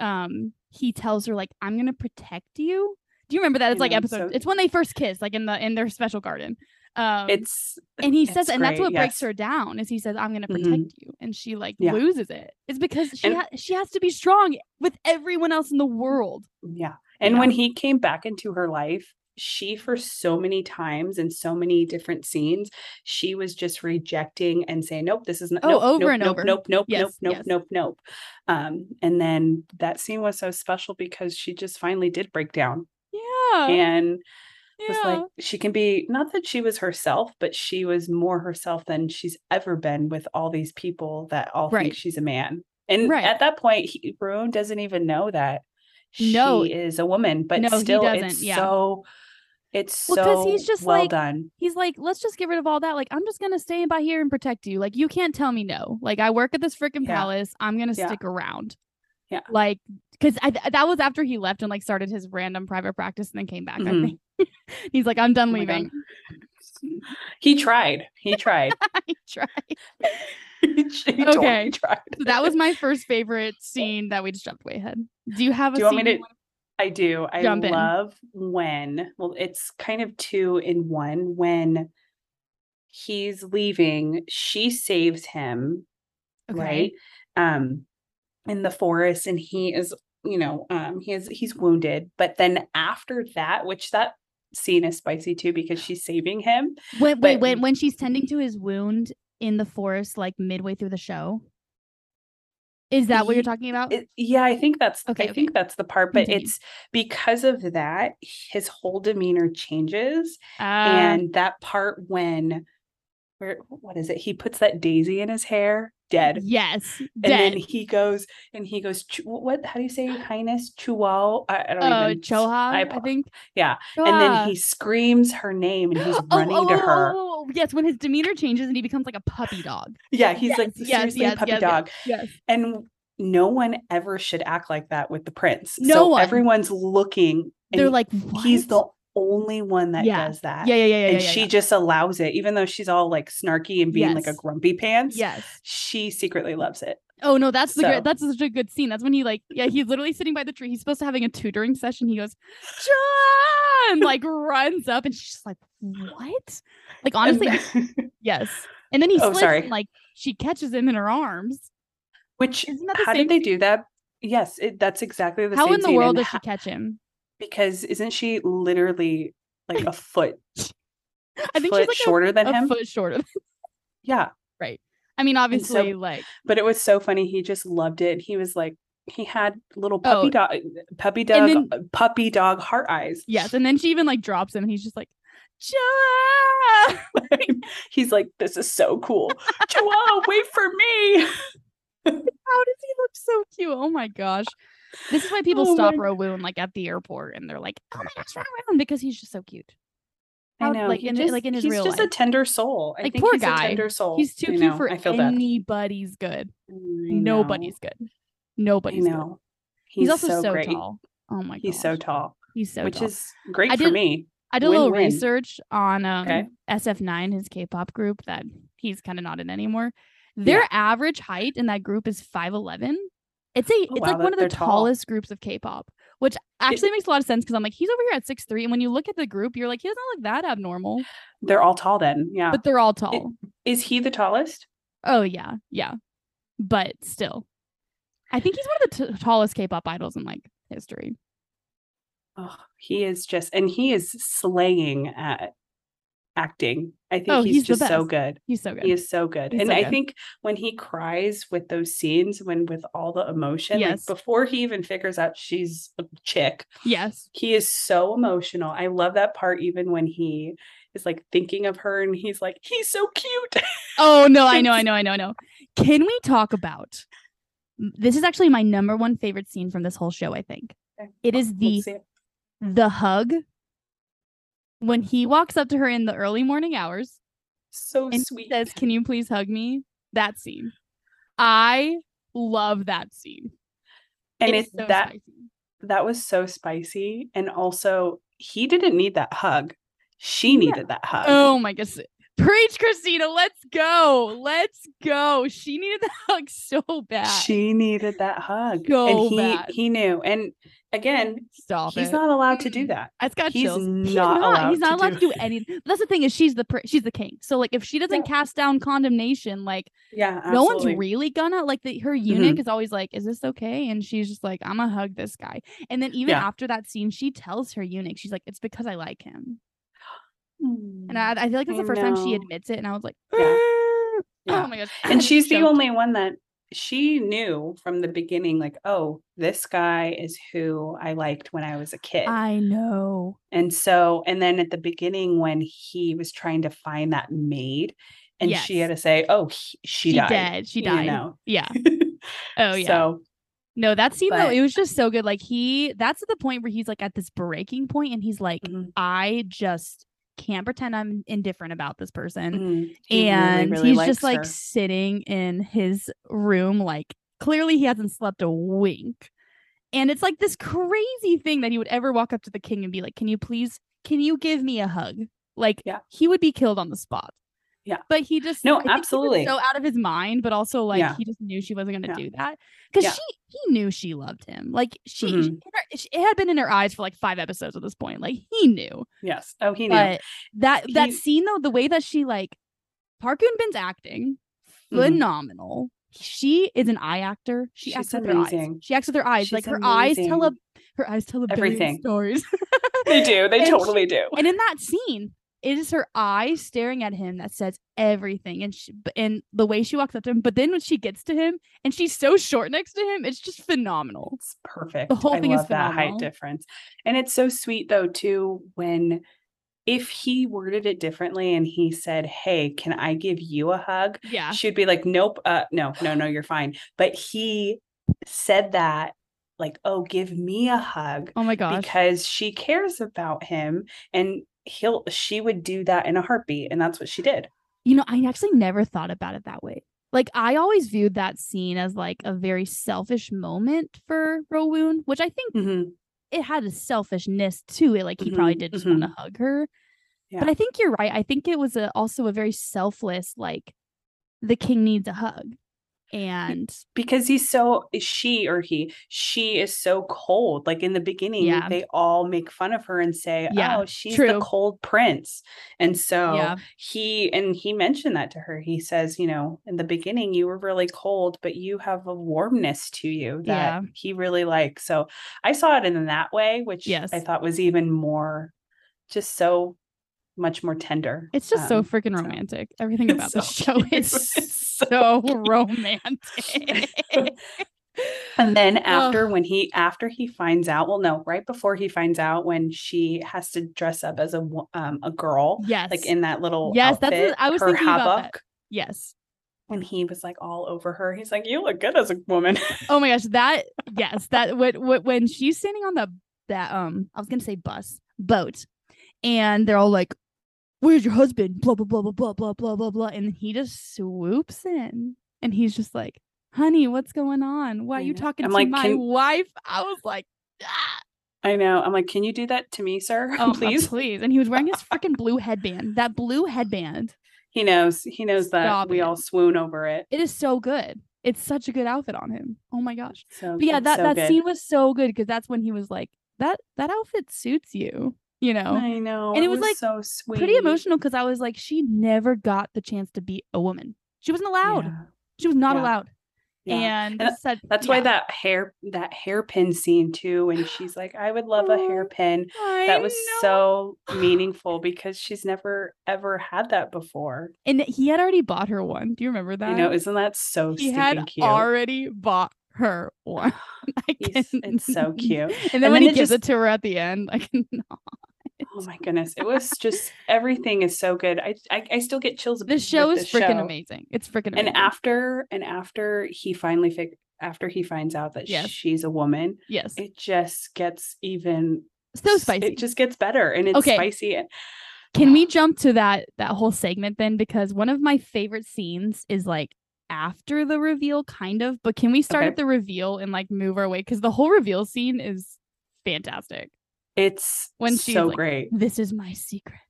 um he tells her like I'm gonna protect you. Do you remember that? It's like
know,
episode.
so-
It's when they first kiss, like in the in their special garden. Um,
It's
and he
it's
says, and that's
great,
what breaks
yes.
her down is he says I'm gonna
Mhm.
protect you, and she like
Yeah.
loses it. It's because she
And-
ha- she has to be strong with everyone else in the world.
yeah. And
Yeah.
when he came back into her life, she for so many times in so many different scenes, she was just rejecting and saying, Nope, this is not
Oh,
nope,
over
nope,
and
nope,
over.
Nope, nope,
Yes,
nope,
yes.
nope, nope, nope. Um, and then that scene was so special because she just finally did break down.
Yeah,
And
yeah.
was like she can be not that she was herself, but she was more herself than she's ever been with all these people that all
Right.
think she's a man. And
Right.
at that point, he, Rowan doesn't even know that
No.
she is a woman, but
No, he
still,
doesn't,
it's
yeah.
so it's
Well, 'cause
so
he's just
well
like-
done.
He's like, let's just get rid of all that. Like, I'm just gonna stay by here and protect you. Like, you can't tell me no. Like, I work at this freaking
Yeah.
palace. I'm gonna
Yeah.
stick around.
Yeah.
Like, because I th- that was after he left and like started his random private practice and then came back. I
Mhm.
think <laughs> he's like, I'm done
Oh my God.
leaving. <laughs>
He tried. He tried. <laughs>
I tried.
he totally
Okay.
tried.
So
<laughs>
that was my first favorite scene that we just jumped way ahead. Do you have a
Do you want
scene
me to-
wanna-
I do. I
Jump in.
love when, well, it's kind of two in one. When he's leaving, she saves him, right? Um, in the forest, and he is, you know, um, he is he's wounded. But then after that, which that scene is spicy too,
<gasps>
because she's saving him.
Wait, wait,
But-
when when she's tending to his wound in the forest, like midway through the show. Is that what you're
Ye-
talking about?
It- yeah, I think that's
Oh. Okay,
I
okay.
think that's the part, but
Continue.
it's because of that, his whole demeanor changes.
Uh,
and that part when where what is it he puts that daisy in his hair dead
yes,
and
dead.
then he goes and he goes "Chu- what how do
<sighs>
you say your highness chuao i, I don't
Oh,
even
Choha, I,
apo-
think.
yeah, and then
Choha.
he screams her name and he's
<gasps> Oh,
running
oh,
to
oh,
her
oh, oh, yes, when his demeanor changes and he becomes like a puppy dog.
yeah he's like
Yes, yes,
seriously
yes,
puppy
yes, yes.
dog
Yes.
and no one ever should act like that with the prince
No
so
one.
everyone's looking and
They're like,
he's the
"What?"
only one that
Yeah.
does that
Yeah, yeah, yeah, yeah.
and
yeah,
she
yeah.
just allows it even though she's all like snarky and being like a
Yes.
grumpy pants
Yes.
she secretly loves it
Oh no, that's the
So-
great, that's such a good scene. That's when he like yeah, he's literally sitting by the tree. He's supposed to having a tutoring session. He goes, John, like runs up, and she's just like, what? Like
And
honestly, yes. And then he
Oh,
slips,
sorry.
and, like she catches him in her arms.
<laughs> which
Isn't that the
how
same?
did they do that yes it, that's exactly the
how
same
in the
scene,
world
and
does she
ho-
catch him?
because isn't she literally like a foot
I think she's
foot
like a-
shorter than
A
him
foot short of.
yeah
I mean,
And so-
obviously, like
but it was so funny he just loved it he was like he had little puppy
Oh.
dog puppy dog uh,
then-
puppy dog heart eyes
yes. And then she even like drops him, and he's just like, John.
he's like this is so cool
<laughs>
Joelle, wait for me
How does he look so cute? Oh my gosh. This is why people
Oh
stop
my-
Rowoon like at the airport and they're like, oh my
<laughs>
gosh, Rowoon, because he's just so cute.
I
How-
know.
like,
he
in- like, in his
he's
real
just a
life.
tender soul. I
Like,
think
poor
he's
guy.
a tender soul.
He's too
I
cute
Oh, know,
for
I feel that.
anybody's good.
I
Nobody's good.
know, I
Nobody's good.
know.
He's, also so,
great.
tall. Oh my god.
He's so tall,
He's so
which
tall.
is great
I
for
did-
me.
I did a little
win-win.
research on um,
Okay.
SF9, his K-pop group that he's kind of not in anymore. Their average height in that group is 5'11. It's a
Oh,
it's
wow,
like
that-
one of the
they're tall.
tallest groups of K-pop, which actually makes a lot of sense because I'm like, he's over here at 6'3. And when you look at the group, you're like, he doesn't look that abnormal.
They're all tall then. Yeah.
But they're all tall.
is he the tallest?
oh yeah. Yeah. But still. I think he's one of the t- tallest K-pop idols in like history.
Oh, he is just, and he is slaying at acting. I think
Oh,
he's,
he's the
just so good.
He's so good.
He is so good.
He's
and
so
I
good.
think when he cries with those scenes, when with all the emotion,
Yes.
like before he even figures out she's a chick,
yes.
he is so emotional. I love that part, even when he is like thinking of her and he's like, he's so cute.
Oh no, I know, I know, I know, I know. Can we talk about this is actually my number one favorite scene from this whole show, I think.
Okay.
It
<laughs>
is the
Let's see.
the hug when he walks up to her in the early morning hours
so
and
sweet.
says, "Can you please hug me?" That scene. I love that scene.
and
It
it's
is so
that
spicy.
that was so spicy. And also, he didn't need that hug. She
Yeah.
needed that hug.
Oh my gosh. Preach Christina, let's go. Let's go. She needed the hug so bad.
she needed that hug.
So
and he
bad.
he knew. And again,
Stop
he's
it.
not allowed to do
Mm-mm.
that.
I just got
He's
chills. he's
not
not. He's
allowed
not
to
allowed
do-
to do anything. That's the thing is she's the pr- she's the king. So like if she doesn't
Yeah.
cast down condemnation, like
Yeah.
no one's
absolutely. Mm-hmm.
really gonna like the, her eunuch is always like, "Is this okay?" And she's just like, "I'm gonna hug this guy." And then even
Yeah.
after that scene, she tells her eunuch, she's like, "It's because I like him." And
Mm.
I, I feel like that's
I
the first time she
know.
admits it, and I was like,
<laughs> Yeah.
"Oh
Yeah.
my gosh!"
and she's the
Choked.
only one that she knew from the beginning like oh this guy is who i liked when i was a kid
I know.
and so and then at the beginning when he was trying to find that maid and she had to say oh he- she,
She
died <laughs>
dead. She died.
you know
Yeah. Oh yeah.
so
No, that scene though,
But-
it was just so good. Like he that's at the point where he's like at this breaking point and he's like,
Mhm.
I just can't pretend I'm indifferent about this person.
Mhm. He really,
and
really
he's
likes
just like
her.
sitting in his room like clearly he hasn't slept a wink and it's like this crazy thing that he would ever walk up to the king and be like can you please can you give me a hug like
Yeah.
he would be killed on the spot
Yeah.
but he just I
No,
think he was
absolutely.
so out of his mind but also like
Yeah.
he just knew she wasn't going to
Yeah.
do that because
Yeah.
she he knew she loved him like she, she-
Mhm.
her- she- it had been in her eyes for like five episodes at this point like he knew
yes. Oh, he knew.
but that that
He-
scene though, the way that she like Park Eun Bin's acting
Mhm.
phenomenal. She is an eye actor. She
She's
acts with her eyes.
amazing.
She acts with her eyes.
She's
like her eyes tell a
amazing.
her eyes tell a billion
Everything.
stories.
<laughs> They do.
<laughs>
They
And she-
totally do.
and in that scene, it is her eyes staring at him that says everything. And she, b- and the way she walks up to him, but then when she gets to him and she's so short next to him, it's just phenomenal. <laughs>
It's perfect.
whole
I
thing is
love that height
phenomenal.
difference. And it's so sweet though too when if he worded it differently and he said, "Hey, can I give you a hug?"
Yeah.
She'd be like, "Nope, uh no, no, no, you're fine." But he said that like, "Oh, give me a hug."
Oh my gosh.
Because she cares about him and he'll she would do that in a heartbeat and that's what she did.
You know, I actually never thought about it that way. Like I always viewed that scene as like a very selfish moment for Rowoon, which I think
Mhm.
it had a selfishness to it. Like he probably
Mhm,
did just want to hug her. But
Yeah.
I think you're right. I think it was a, also a very selfless like the king needs a hug. And
Because he's so eh, she or he, she is so cold. Like in the beginning,
Yeah.
they all make fun of her and say,
Yeah,
"Oh, she's
true.
the cold prince." And so
Yeah.
he and he mentioned that to her. He says, "You know, in the beginning, you were really cold, but you have a warmness to you
Yeah.
that he really likes." So I saw it in that way, which
Yes.
I thought was even more, just so much more tender.
it's just so
Um,
freaking
so-
romantic. Everything about
so <laughs>
this show
cute.
is
It's so
so
cute. <laughs>
romantic.
And then
Ugh.
after when he after he finds out, well, no, right before he finds out when she has to dress up as a wo- um a girl,
yes.
like in that little
Yes, that's
outfit,
what I was
her
thinking about that.
habak,
yes.
and he was like all over her. He's like, "You look good as a woman." <laughs>
Oh my gosh, that yes, that what what when she's standing on the that um I was gonna say bus boat, and they're all like, "Where's your husband?" Blah blah blah blah blah blah blah blah blah, and he just swoops in, and he's just like, "Honey, what's going on? Why are
I
you
know.
talking
I'm
to
like,
my
"Can-
wife?" I was like, "Ah,
<laughs> I know. I'm like, "Can you do that to me, sir? <laughs>
"Oh, uh,
Please."
<laughs> please," and he was wearing his freaking blue headband. That blue headband,
He knows. He knows that
Stop
we
it.
all swoon over it.
it is so good. It's such a good outfit on him. Oh my gosh.
So
But yeah,
it's
that
so
that
good.
scene was so good because that's when he was like, "That that outfit suits you," you know.
I know,
And it was, like,
so sweet,
Pretty emotional because I was like, she never got the chance to be a woman. She wasn't allowed.
Yeah,
She was not
Yeah.
allowed.
yeah.
And,
And
said,
That's why that hair that hairpin scene too, and she's like, I would love a
Oh,
hairpin. That was so meaningful because she's never ever had that before.
And he had already bought her one. Do you remember that?
You know, isn't that so
he
stinking
had
cute?
already bought her one. <laughs> I
He's- it's
<laughs>
so
couldn't-
cute.
And then when
And then
he
it
gives
just-
it to her at the end, I can. <laughs>
Oh my goodness. It was just everything is so good. I I, I still get chills
This show
with
is
this
freaking
show.
amazing. It's freaking amazing.
And after and after he finally fig- after he finds out that
Yes.
she's a woman,
yes,
it just gets even
so
s-
spicy.
It just gets better and it's
Okay.
spicy and
Can we jump to that that whole segment then? Because one of my favorite scenes is like after the reveal, kind of. But can we start
Okay.
at the reveal and like move our way? Because the whole reveal scene is fantastic.
it's
When she's
so
like,
great.
This is my secret.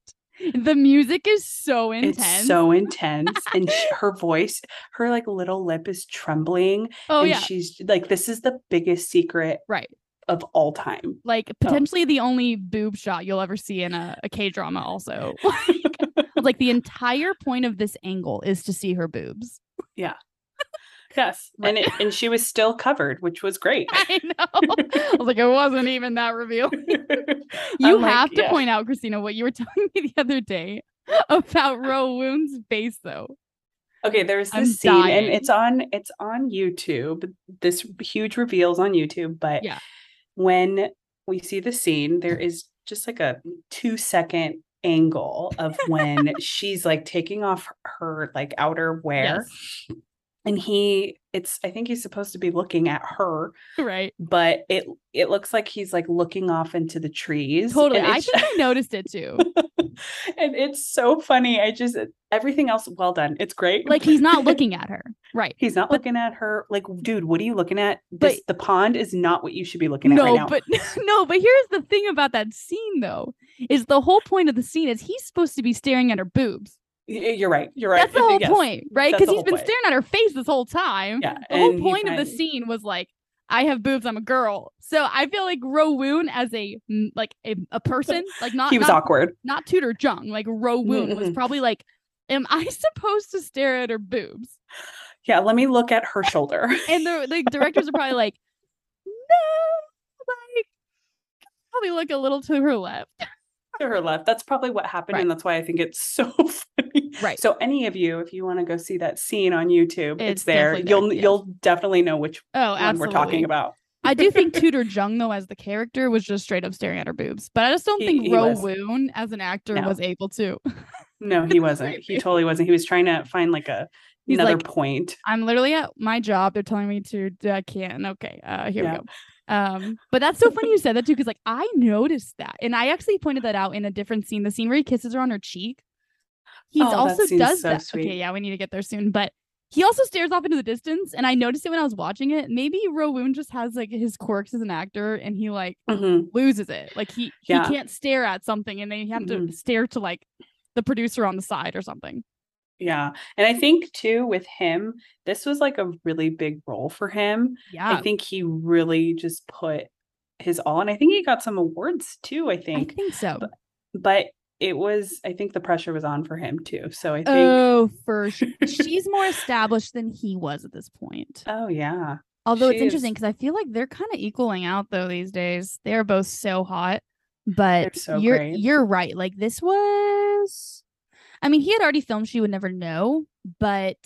The music is so intense.
It's so
<laughs>
intense, and sh- her voice, her like little lip is trembling,
oh
and
yeah,
she's like, "This is the biggest secret
right.
of all time." <laughs>
Like potentially the only boob shot you'll ever see in a, a K drama.
<laughs>
Also, like the entire point of this angle is to see her boobs. <laughs>
yes, and it, and she was still covered, which
<laughs>
was great.
I
<laughs>
know. I was like, it wasn't even that reveal. You
I'm like,
have to
yeah.
point out, Christina, what you were <laughs> telling me the other day about
Uh.
Rowoon's face, though.
Okay, there's this
I'm
scene,
dying.
and it's on it's on YouTube. This huge reveals on YouTube, but
Yeah.
when we see the scene, there is just like a two second
<laughs>
angle of when she's like taking off her like outer wear.
Yes.
and he it's i think he's supposed to be looking at her
<laughs> Right.
but it it looks like he's like looking off into the trees
Totally.
and
I
it's-
think I noticed it too.
<laughs> and it's so funny i just everything else well done it's great
Like he's not looking at her. Right.
<laughs> he's not
but-
looking at her like dude what are you looking at this the pond is not what you should be looking at
no,
right now
but <laughs> no, but here's the thing about that scene though, is the whole point of the scene is he's supposed to be staring at her boobs.
Y- you're right you're right
That's the whole
<laughs> Yes.
point, right?
that's
Because
the
he's
whole
been
point.
staring at her face this whole time.
yeah
the whole
and he
point of the
finally-
scene was like i have boobs i'm a girl so i feel like rowoon as a mm, like a, a person like not
he was
not,
awkward
not tutor jung like rowoon was
mhm.
probably like am i <laughs> supposed to stare at her boobs
yeah let me look at
<laughs>
her shoulder <laughs>
and the, the directors are probably like no like probably look a little to her left
to her left. That's probably what happened.
Right.
And that's why I think it's so <laughs> funny.
Right.
So any of you, if you want to go see that scene on YouTube, it's,
It's
there.
definitely there,
You'll
yeah.
you'll definitely know which
oh
one
absolutely
we're talking about.
i do think tutor jung though as the character was just straight up staring at her boobs but i just don't
He-
think
he was.
rowoon as an actor
No.
was able to
No,
<laughs>
he wasn't. he totally wasn't. He was trying to find like a
He's
another
like,
point.
I'm literally at my job. They're telling me to. do- I can't. Okay. Uh, here
Yeah.
we go. Um, but that's so funny you said that too, because like I noticed that, and I actually pointed that out in a different scene. The scene where he kisses her on her cheek. He's
Oh, that
also
scene's
does
so
that.
sweet.
Okay, yeah, we need to get there soon. But he also stares off into the distance, and I noticed it when I was watching it. Maybe Rowoon just has like his quirks as an actor, and he like
Mhm.
loses it. Like he
Yeah.
he can't stare at something, and then you have to
Mhm.
stare to like the producer on the side or something.
Yeah. And I think too with him, this was like a really big role for him.
Yeah,
I think he really just put his all and I think he got some awards too, I
I
think.
think so.
But it was I think the pressure was on for him too. So I think
Oh, for
<laughs>
sure. She's more established than he was at this point.
Oh yeah.
Although it's
she
interesting
is.
because I feel like they're kind of equaling out though these days. They're both so hot, but
so
you're
great.
you're right. Like this was, I mean, he had already filmed. She would never know, but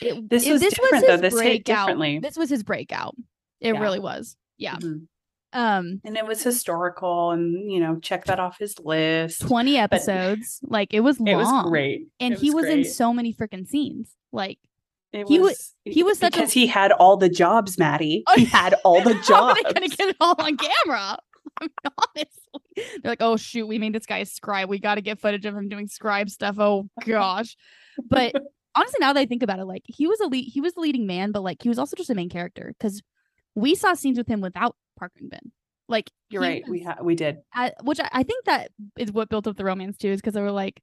it,
This
it-
was different, though. This hit
breakout.
differently.
This was his breakout. It
Yeah.
really was. Yeah.
Mhm.
Um,
and it was historical and you know check that off his list
twenty episodes. like it was long.
it was great
and
It
he was in
great.
so many freaking scenes. Like
It
he wa- he was such a-
because he had all the jobs maddie
Oh,
he had
<laughs>
all the
How are
jobs
they gonna get it all on camera? <laughs> I mean, honestly, they're like, oh shoot, we made this guy a scribe. We got to get footage of him doing scribe stuff. Oh gosh,
<laughs>
but <laughs> honestly, now that I think about it, like he was a lead, he was the leading man, but like he was also just a main character because we saw scenes with him without Park and Bin. Like
you're
he
right we
was-
ha- we did
I, which I, I think that is what built up the romance too, is because they were like,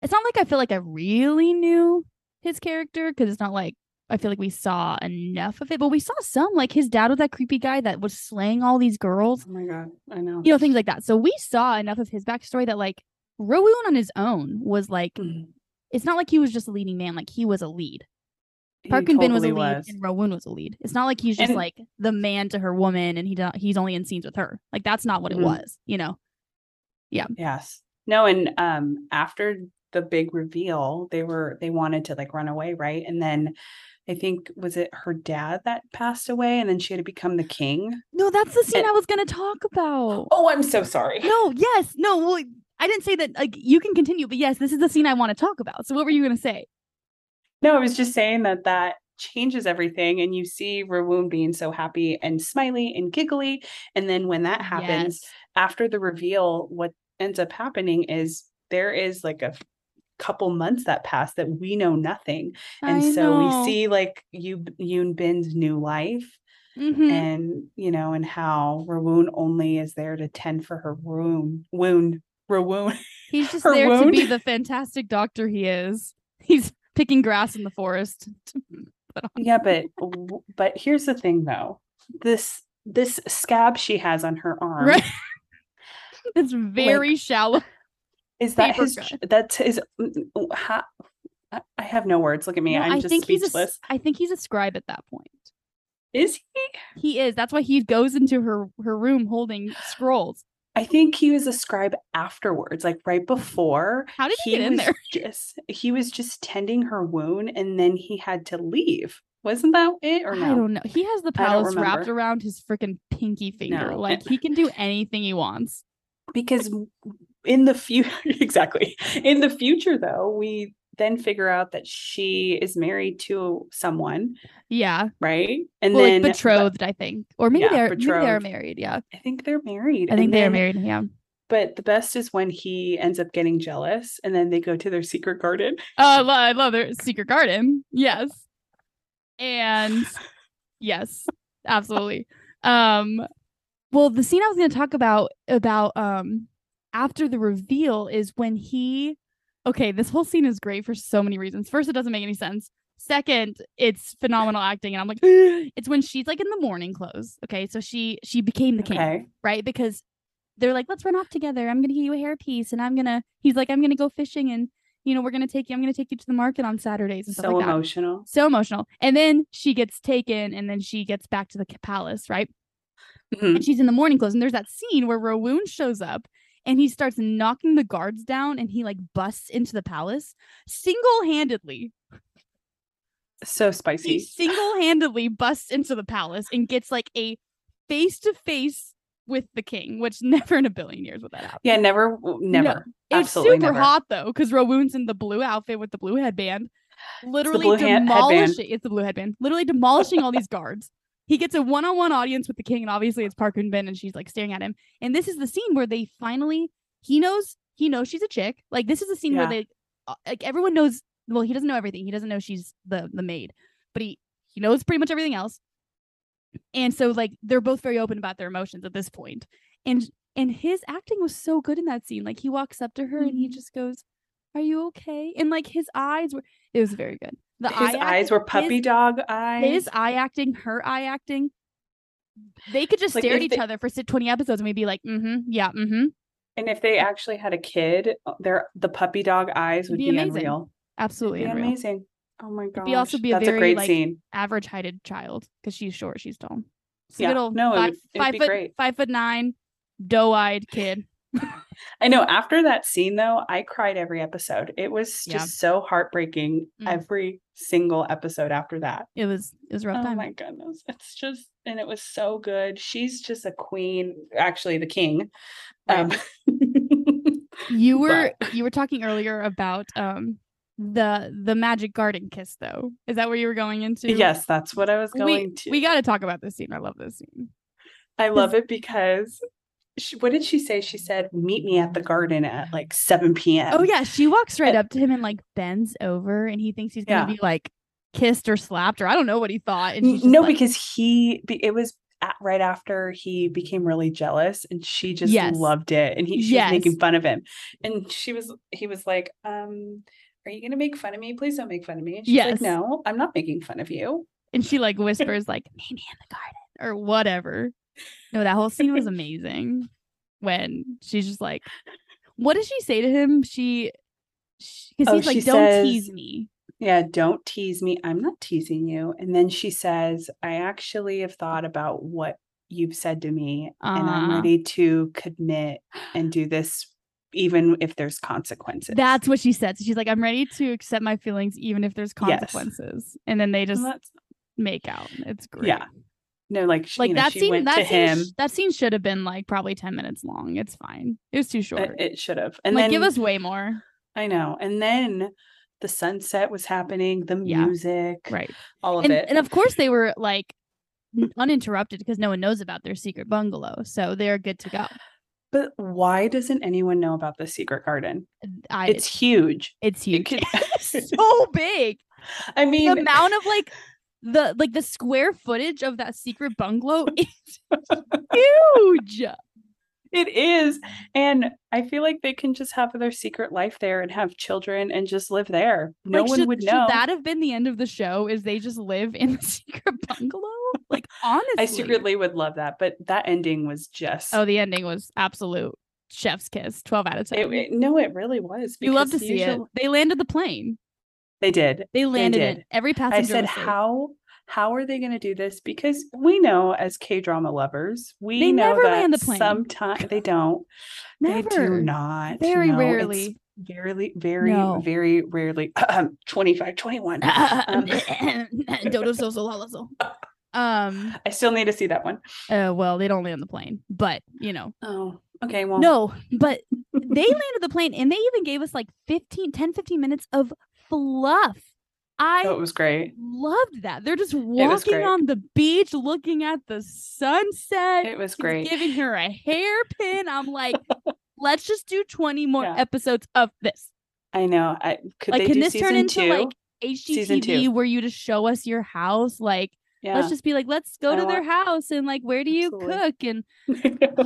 it's not like I feel like I really knew his character because it's not like I feel like we saw enough of it, but we saw some. Like his dad was that creepy guy that was slaying all these girls,
oh my god i know <clears throat>
you know, things like that. So we saw enough of his backstory that like Rowoon on his own was like,
Mhm.
it's not like he was just a leading man, like he was a lead.
He
Park and Bin was a
totally
lead, and Rowoon was a lead. It's not like he's just
And-
like the man to her woman, and he do- he's only in scenes with her. Like that's not what it
Mhm.
was, you know.
yes no and um after the big reveal they were they wanted to like run away right and then i think was it her dad that passed away and then she had to become the king
No, that's the scene
And-
I was gonna talk about.
Eh. oh i'm so sorry
No, yes, no. Well, I didn't say that. Like, you can continue, but yes, this is the scene I want to talk about. So, what were you gonna say?
No, I was just saying that that changes everything, and you see Rawoon being so happy and smiley and giggly, and then when that happens
Yes.
after the reveal, what ends up happening is there is like a f- couple months that pass that we know nothing, and
I
so
know.
we see like you Yoon Bin's new life, Hmm.
Mhm.
and you know, and how Rawoon only is there to tend for her wound wound. Rawoon. <laughs>
he's just
her
there to be
wound.
the fantastic doctor he is. He's picking grass in the forest. <laughs>
yeah but w- but here's the thing though this this scab she has on her arm
Right. It's very shallow.
is that
Paper
his
cut.
tr- that's his mm, mm, ha- I- i have no words look at me
No,
i'm
I
just
think he's a,
speechless
s- I think he's a scribe at that point.
is he
He is. That's why he goes into her her room holding scrolls.
i think he was a scribe afterwards like right before
How did he, get in
was
there? <laughs>
just he was just tending her wound and then he had to leave wasn't that it or no
I don't know. He has the
don't
palace wrapped
remember.
around his freaking pinky finger.
No.
Like he can do anything he wants.
<laughs> because w- in the future exactly in the future though we then figure out that she is married to someone,
Yeah.
right? And
well,
then
like betrothed, I think. Or maybe
Yeah,
they're maybe they're
betrothed.
married. Yeah.
I think they're married.
I think
And
they are
then-
married. Yeah.
But the best is when he ends up getting jealous and then they go to their secret garden.
Oh, I, lo- I love their secret garden. Yes. And yes, absolutely. Um well, the scene I was going to talk about about um after the reveal is when he Okay, this whole scene is great for so many reasons. First, it doesn't make any sense. Second, it's phenomenal acting and I'm like <gasps> it's when she's like in the morning clothes. Okay, so she she became the king
Okay.
right? Because they're like, let's run off together. I'm gonna get you a hair piece, and I'm gonna. He's like, I'm gonna go fishing, and you know, we're gonna take you. I'm gonna take you to the market on Saturdays and stuff
So
like that.
emotional.
So emotional. And then she gets taken, and then she gets back to the ca- palace, right?
Mhm.
And she's in the morning clothes, and there's that scene where Rowoon shows up. And he starts knocking the guards down and he like busts into the palace single handedly.
So
He
spicy. <laughs>
single handedly busts into the palace and gets like a face to face with the king, which <laughs> never in a billion years would that happen.
Yeah, never, never.
It's
Absolutely
super
never.
hot though, because Rowoon's in the blue outfit with the blue headband, literally
blue hand- headband.
demolishing. It's the blue headband, literally demolishing all these guards. He gets a one-on-one audience with the king, and obviously it's Park and Bin, and she's like staring at him. And this is the scene where they finally he knows he knows she's a chick. Like this is a scene where
Yeah.
they uh, like everyone knows. Well, he doesn't know everything. He doesn't know she's the the maid, but he he knows pretty much everything else. And so like they're both very open about their emotions at this point. And and his acting was so good in that scene. Like he walks up to her and he
Mhm.
just goes, "Are you okay?" And like his eyes were it was very good. The
His
eye
eyes
act-
were puppy dog eyes.
His, his eye acting, her eye acting. They could just
Like,
stare at
if
each
they-
other for si- 20 episodes and we'd be like, "Mhm, yeah, mhm."
and if they actually had a kid, uh, their the puppy dog eyes would
be
be,
amazing.
unreal. It'd
Absolutely
be
unreal.
amazing. Oh my gosh.
be- also be a
That's
very,
a great
like,
scene.
Average heighted child cuz she's short, she's tall. It's a
Yeah.
good old
No, it
five,
would- it would
five
be
foot
great.
5 foot 9 doe-eyed kid.
I know after that scene though, I cried every episode. It was just
Yeah.
so heartbreaking
Mm.
every single episode after that.
It was it was a rough
Oh
time.
my goodness. It's just and it was so good. She's just a queen, actually the king. Um <laughs>
You were you were talking earlier about um the the magic garden kiss though. Is that where you were going into?
Yes, that's what I was going
we,
to.
We got to talk about this scene. I love this scene.
I love it because she, what did she say? She said, "Meet me at the garden at like 7 p.m."
Oh yeah, she walks right
Uh,
up to him and like bends over, and he thinks he's gonna
Yeah.
be like kissed or slapped or I don't know what he thought. And
N-
she's just
no,
like,
because he be- it was at, right after he became really jealous, and she just
Yes.
loved it, and he she was
Yes.
making fun of him, and she was he was like, um. Are you gonna make fun of me? Please don't make fun of me. And she's
Yes.
like, No, I'm not making fun of you.
and she like whispers like "Meet me in the garden" or whatever. No, that whole scene was amazing. When she's just like, what does she say to him? She, because
Oh,
he's
she
like, "Don't
says-
tease me."
Yeah, don't tease me. I'm not teasing you. And then she says, I actually have thought about what you've said to me, and I'm
Uh.
ready to commit and do this, even if there's consequences.
That's what she said. So she's like, I'm ready to accept my feelings even if there's
Yes.
consequences. And then they
And
just
that's-
make out. It's great.
yeah. No, like, she,
Like
you know,
that
she
scene
went
that
to
scene,
him.
sh- that scene should have been like probably 10 minutes long. It's fine. It was too
uh,
short.
It should have. And
like
then
give us way more.
I know. And then the sunset was happening, the
Yeah.
music,
Right.
all of
And
it.
and of course they were like n- uninterrupted because no one knows about their secret bungalow. So they're good to go.
but why doesn't anyone know about the secret garden?
I
It's
it's,
huge.
huge. <laughs>
could- <laughs>
It's so big.
I
The
mean,
amount of like the like the square footage of that secret bungalow <laughs> is huge.
It is. And I feel like they can just have their secret life there and have children and just live there. No
Like,
one
should,
would
should
know.
that have been the end of the show? Is they just live in the <laughs> secret bungalow? Like honestly,
I secretly would love that. But that ending was just
Oh, the ending was absolute chef's kiss. Twelve out of ten.
it, it- no, it really was.
you love to
because
see
usual-
it. They landed the plane.
They did.
They landed it.
did.
Every
I
passenger.
said,
was safe.
how how are they gonna do this? Because we know as K drama lovers, we
They
know
never
that
land the plane.
sometimes they don't.
Never.
They do not.
Very
no, it's
rarely.
Very, very,
No.
very rarely. <clears throat>
<laughs>
25, 21. Um,
Dodo sozo
<laughs>
lalazo. Um.
I still need to see that one.
Uh, well, they don't land the plane, but you know.
Oh, okay. Well,
No, but they landed the plane and they even gave us like 15, 10, 15 minutes of fluff. I
Oh, it was great.
loved that. They're just
was
walking
great.
on the beach, looking at the sunset.
It was
He's
great.
giving her a hairpin. I'm
<laughs>
like, let's just do 20 more
Yeah.
episodes of this.
I know. I could
like,
they
can
do
this turn
season
into
two?
like
Season two.
HGTV where you just show us your house? Like,
yeah.
let's just be like, let's go
I
to their house and like, where do you
Absolutely.
cook? And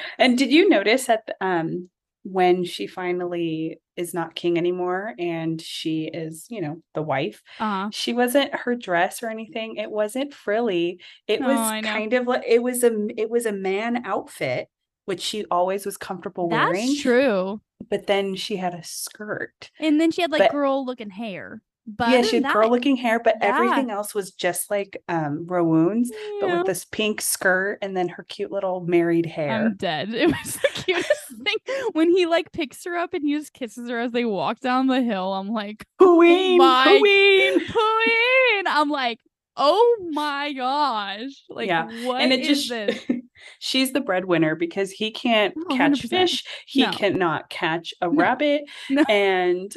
<laughs> and did you notice that um when she finally is not king anymore and she is, you know, the wife,
uh,
she wasn't her dress or anything. It wasn't frilly. It
No, I
was
know.
kind of like it was a it was a man outfit, which she always was comfortable wearing.
that's true.
But then she had a skirt.
And then she had like
But-
girl looking hair. But
yeah,
other
she
than
had girl
that,
looking hair, but
Yeah.
everything else was just like um Rowoon's,
you
but
know,
with this pink skirt and then her cute little married hair.
I'm dead. <laughs> It was the cutest thing when he like picks her up and he just kisses her as they walk down the hill. I'm like,
Queen,
oh my-
<laughs> queen.
<laughs> Queen. I'm like, oh my gosh. Like,
Yeah,
what
and it
is
just
this? <laughs>
<laughs> she's the breadwinner because he can't
Oh,
catch
100%.
fish he
No.
cannot catch a
No.
rabbit
No. <laughs>
and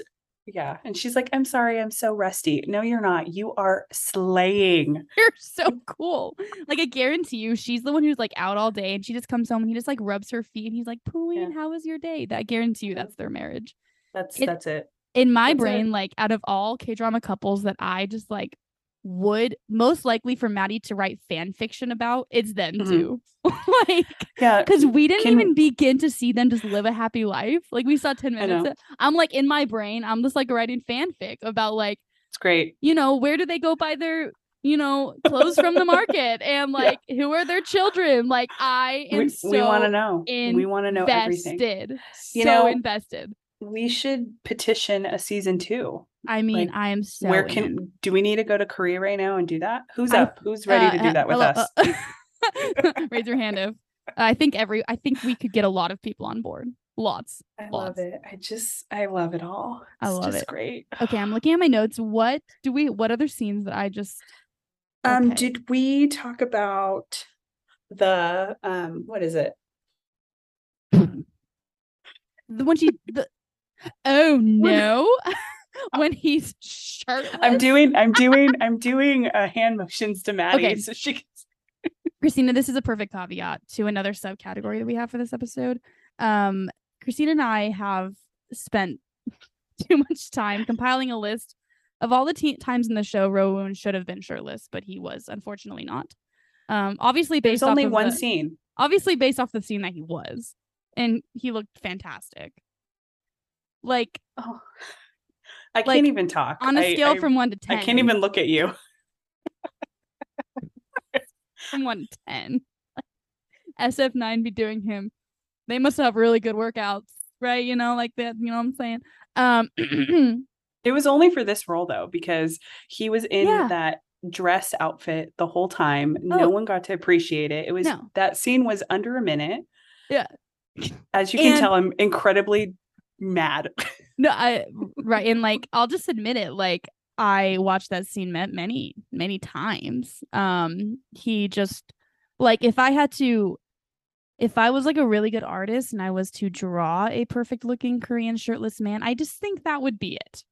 yeah and she's like i'm sorry i'm so rusty no you're not you are slaying
You're so cool. Like, I guarantee you, she's the one who's like out all day and she just comes home and he just like rubs her feet and he's like, Pauline, how was your day? That I guarantee you
Yeah.
that's their marriage.
that's
It-
that's it
In my
That's it.
brain, like, out of all K drama couples that I just like would most likely for Maddie to write fan fiction about, it's them
Mhm.
too. <laughs> like,
yeah
Mm-hmm. because we didn't
Can-
even begin to see them just live a happy life. Like we saw 10
I
minutes.
know.
of- I'm like in my brain, I'm just like writing fanfic about like,
it's great
you know, where do they go buy their, you know, clothes from the market <laughs> and like who are their children? Like I am
we,
so
we want to know we want to know everything
invested.
You
so
know-
invested.
we should petition a season two
I mean,
Like,
I am so
where
in.
can do we need to go to korea right now and do that who's
I-
up who's ready
Uh,
to do
uh,
that with
hello,
us
uh, <laughs> raise your hand if I think every I think we could get a lot of people on board. Lots.
i
lots.
love it i just i love it all
I
it's
love
just
it.
great
Okay, I'm looking at my notes. What do we what other scenes that I just
Um,
Okay.
did we talk about the um what is it?
the one she the oh
<laughs>
no <laughs> when he's shirtless
I'm doing
<laughs>
I'm doing I'm doing uh, hand motions to Maddie
Okay.
so she can
christina this is a perfect caveat to another subcategory that we have for this episode um christina and i have spent <laughs> too much time compiling a list of all the te- times in the show rowan should have been shirtless but he was unfortunately not um obviously based
There's only
off of
one
the-
scene.
obviously based off the scene that he was and he looked fantastic like
Oh. I
Like,
can't even talk.
on a
I-
scale
I-
from one to ten
I can't even look at you.
from <laughs> one to ten sf9 be doing him they must have really good workouts right you know like that you know what i'm saying um <clears throat>
It was only for this role though because he was in
Yeah.
that dress outfit the whole time.
Oh.
No one got to appreciate it. It was
No.
that scene was under a minute.
Yeah.
As you can
And-
tell I'm incredibly mad.
no i right and like i'll just admit it like i watched that scene ma- many many times um he just like if i had to if i was like a really good artist and i was to draw a perfect looking korean shirtless man i just think that would be it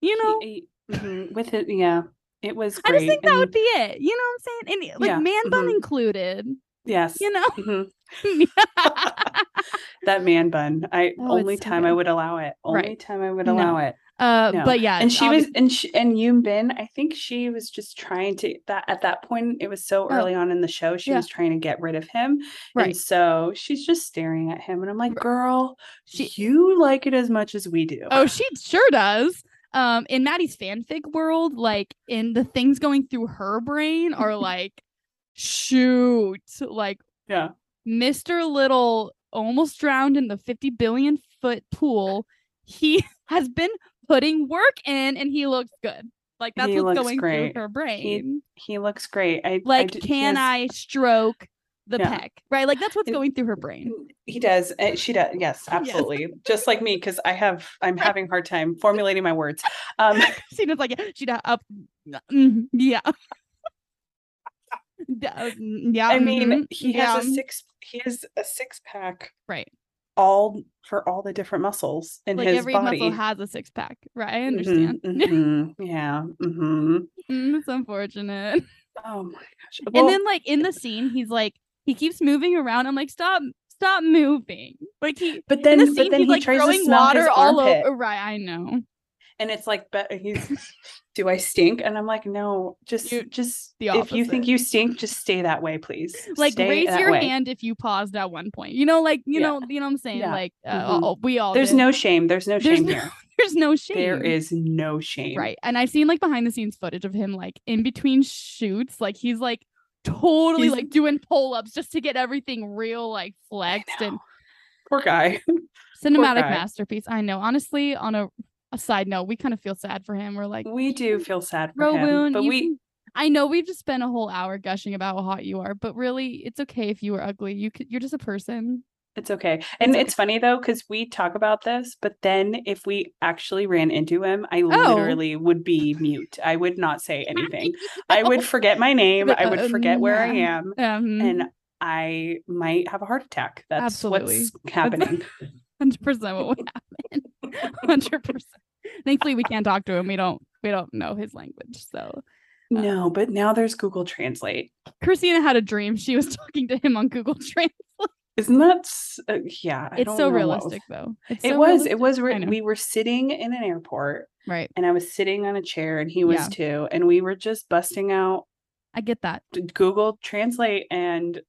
you know
He- he- mhm, with it yeah it was
i
great
just think that would
and-
be it you know what i'm saying and eh, like
Yeah,
man bun
mhm. <laughs>
included
yes
you know <laughs>
mhm, that man bun i
Oh,
only
it's so
time i
good.
would allow it only
Right.
time i would
No.
allow it
uh
No.
but yeah
and she
obvi-
was and she and Yoon Bin I think she was just trying to that at that point it was so
Oh.
early on in the show she
Yeah.
was trying to get rid of him
right
and so she's just staring at him and I'm like
Right.
girl
She-
you like it as much as we do
Oh, she sure does. Um, in Maddie's fanfic world, like in the things going through her brain
<laughs>
are like, shoot, like
yeah
Mr. Little almost drowned in the 50 billion foot pool. He <laughs> has been putting work in and he looks good. Like that's
He
what's
looks
going
great.
through her brain.
he looks great I I
like,
d- he
can
has-
I stroke the
Yeah.
peck? Right? Like that's what's
And-
going through her brain.
He does. uh, She does. Yes, absolutely. Just like me, because I have, I'm having a hard time formulating my words. <laughs> Um,
Christina's like, <laughs> she da- up, mm, yeah. <laughs> Da- mm, yeah,
I mean,
mhm,
he
yeah.
has a six. He has a six pack.
Right.
all for all the different muscles in
like
his
every
body.
muscle has a six pack, right? I
Mhm,
understand.
mhm,
<laughs>
yeah. hmm
Mm, it's unfortunate.
Oh my gosh. Well,
and then like in the scene, he's like he keeps moving around. I'm like, stop, stop moving. Like he
but
in
then,
the scene
but then
he's
he
like
tries to
throwing
smell his
water all
armpit,
over. Right, I know.
and it's like, but
<laughs>
he's, do I stink? And I'm like, no, just,
You-
just
the
if you think
opposite.
you stink, just stay that way, please.
Like
Stay
raise
that
your
way.
hand if you paused at one point. You know, like you
Yeah.
know, you know what I'm saying.
Yeah.
Like uh,
Mhm.
all- we all
There's
did.
no shame. There's no
There's
shame
no
here.
<laughs> there's no shame.
There is no shame.
Right. And I've seen like behind the scenes footage of him like in between shoots, like he's like totally
He's-
like doing pull ups just to get everything real like flexed and
know. Poor guy. <laughs>
cinematic
guy.
masterpiece. I know. Honestly, on a, a side note, we kind of feel sad for him. We're like,
We do feel sad for him,
Rowoon,
but
you
we
can- I know we've just spent a whole hour gushing about how hot you are, but really, it's okay if you were ugly. You could, you're just a person.
It's okay. And
okay.
it's funny though, because we talk about this, but then if we actually ran into him,
Oh.
I literally would be mute. I would
<laughs>
not say anything. I would forget my name.
But,
I would
uh,
forget where I
yeah.
am.
Um,
And I might have a heart attack. That's
Absolutely. <laughs>
what's happening.
hundred percent what would happen. <laughs> Hundred percent. Thankfully, we can't talk to him. We don't. We don't know his language. So
no, but now there's Google Translate.
Christina had a dream. She was <laughs> talking to him on Google Translate.
Isn't that? s- Uh, yeah. I
It's
don't
so
know what was-
realistic, though. It's
It
so
was.
realistic.
It was.
I
Re-
know.
we were sitting in an airport
right.
and I was sitting on a chair and he was
Yeah.
too. And we were just busting out
I get that.
d- Google Translate, and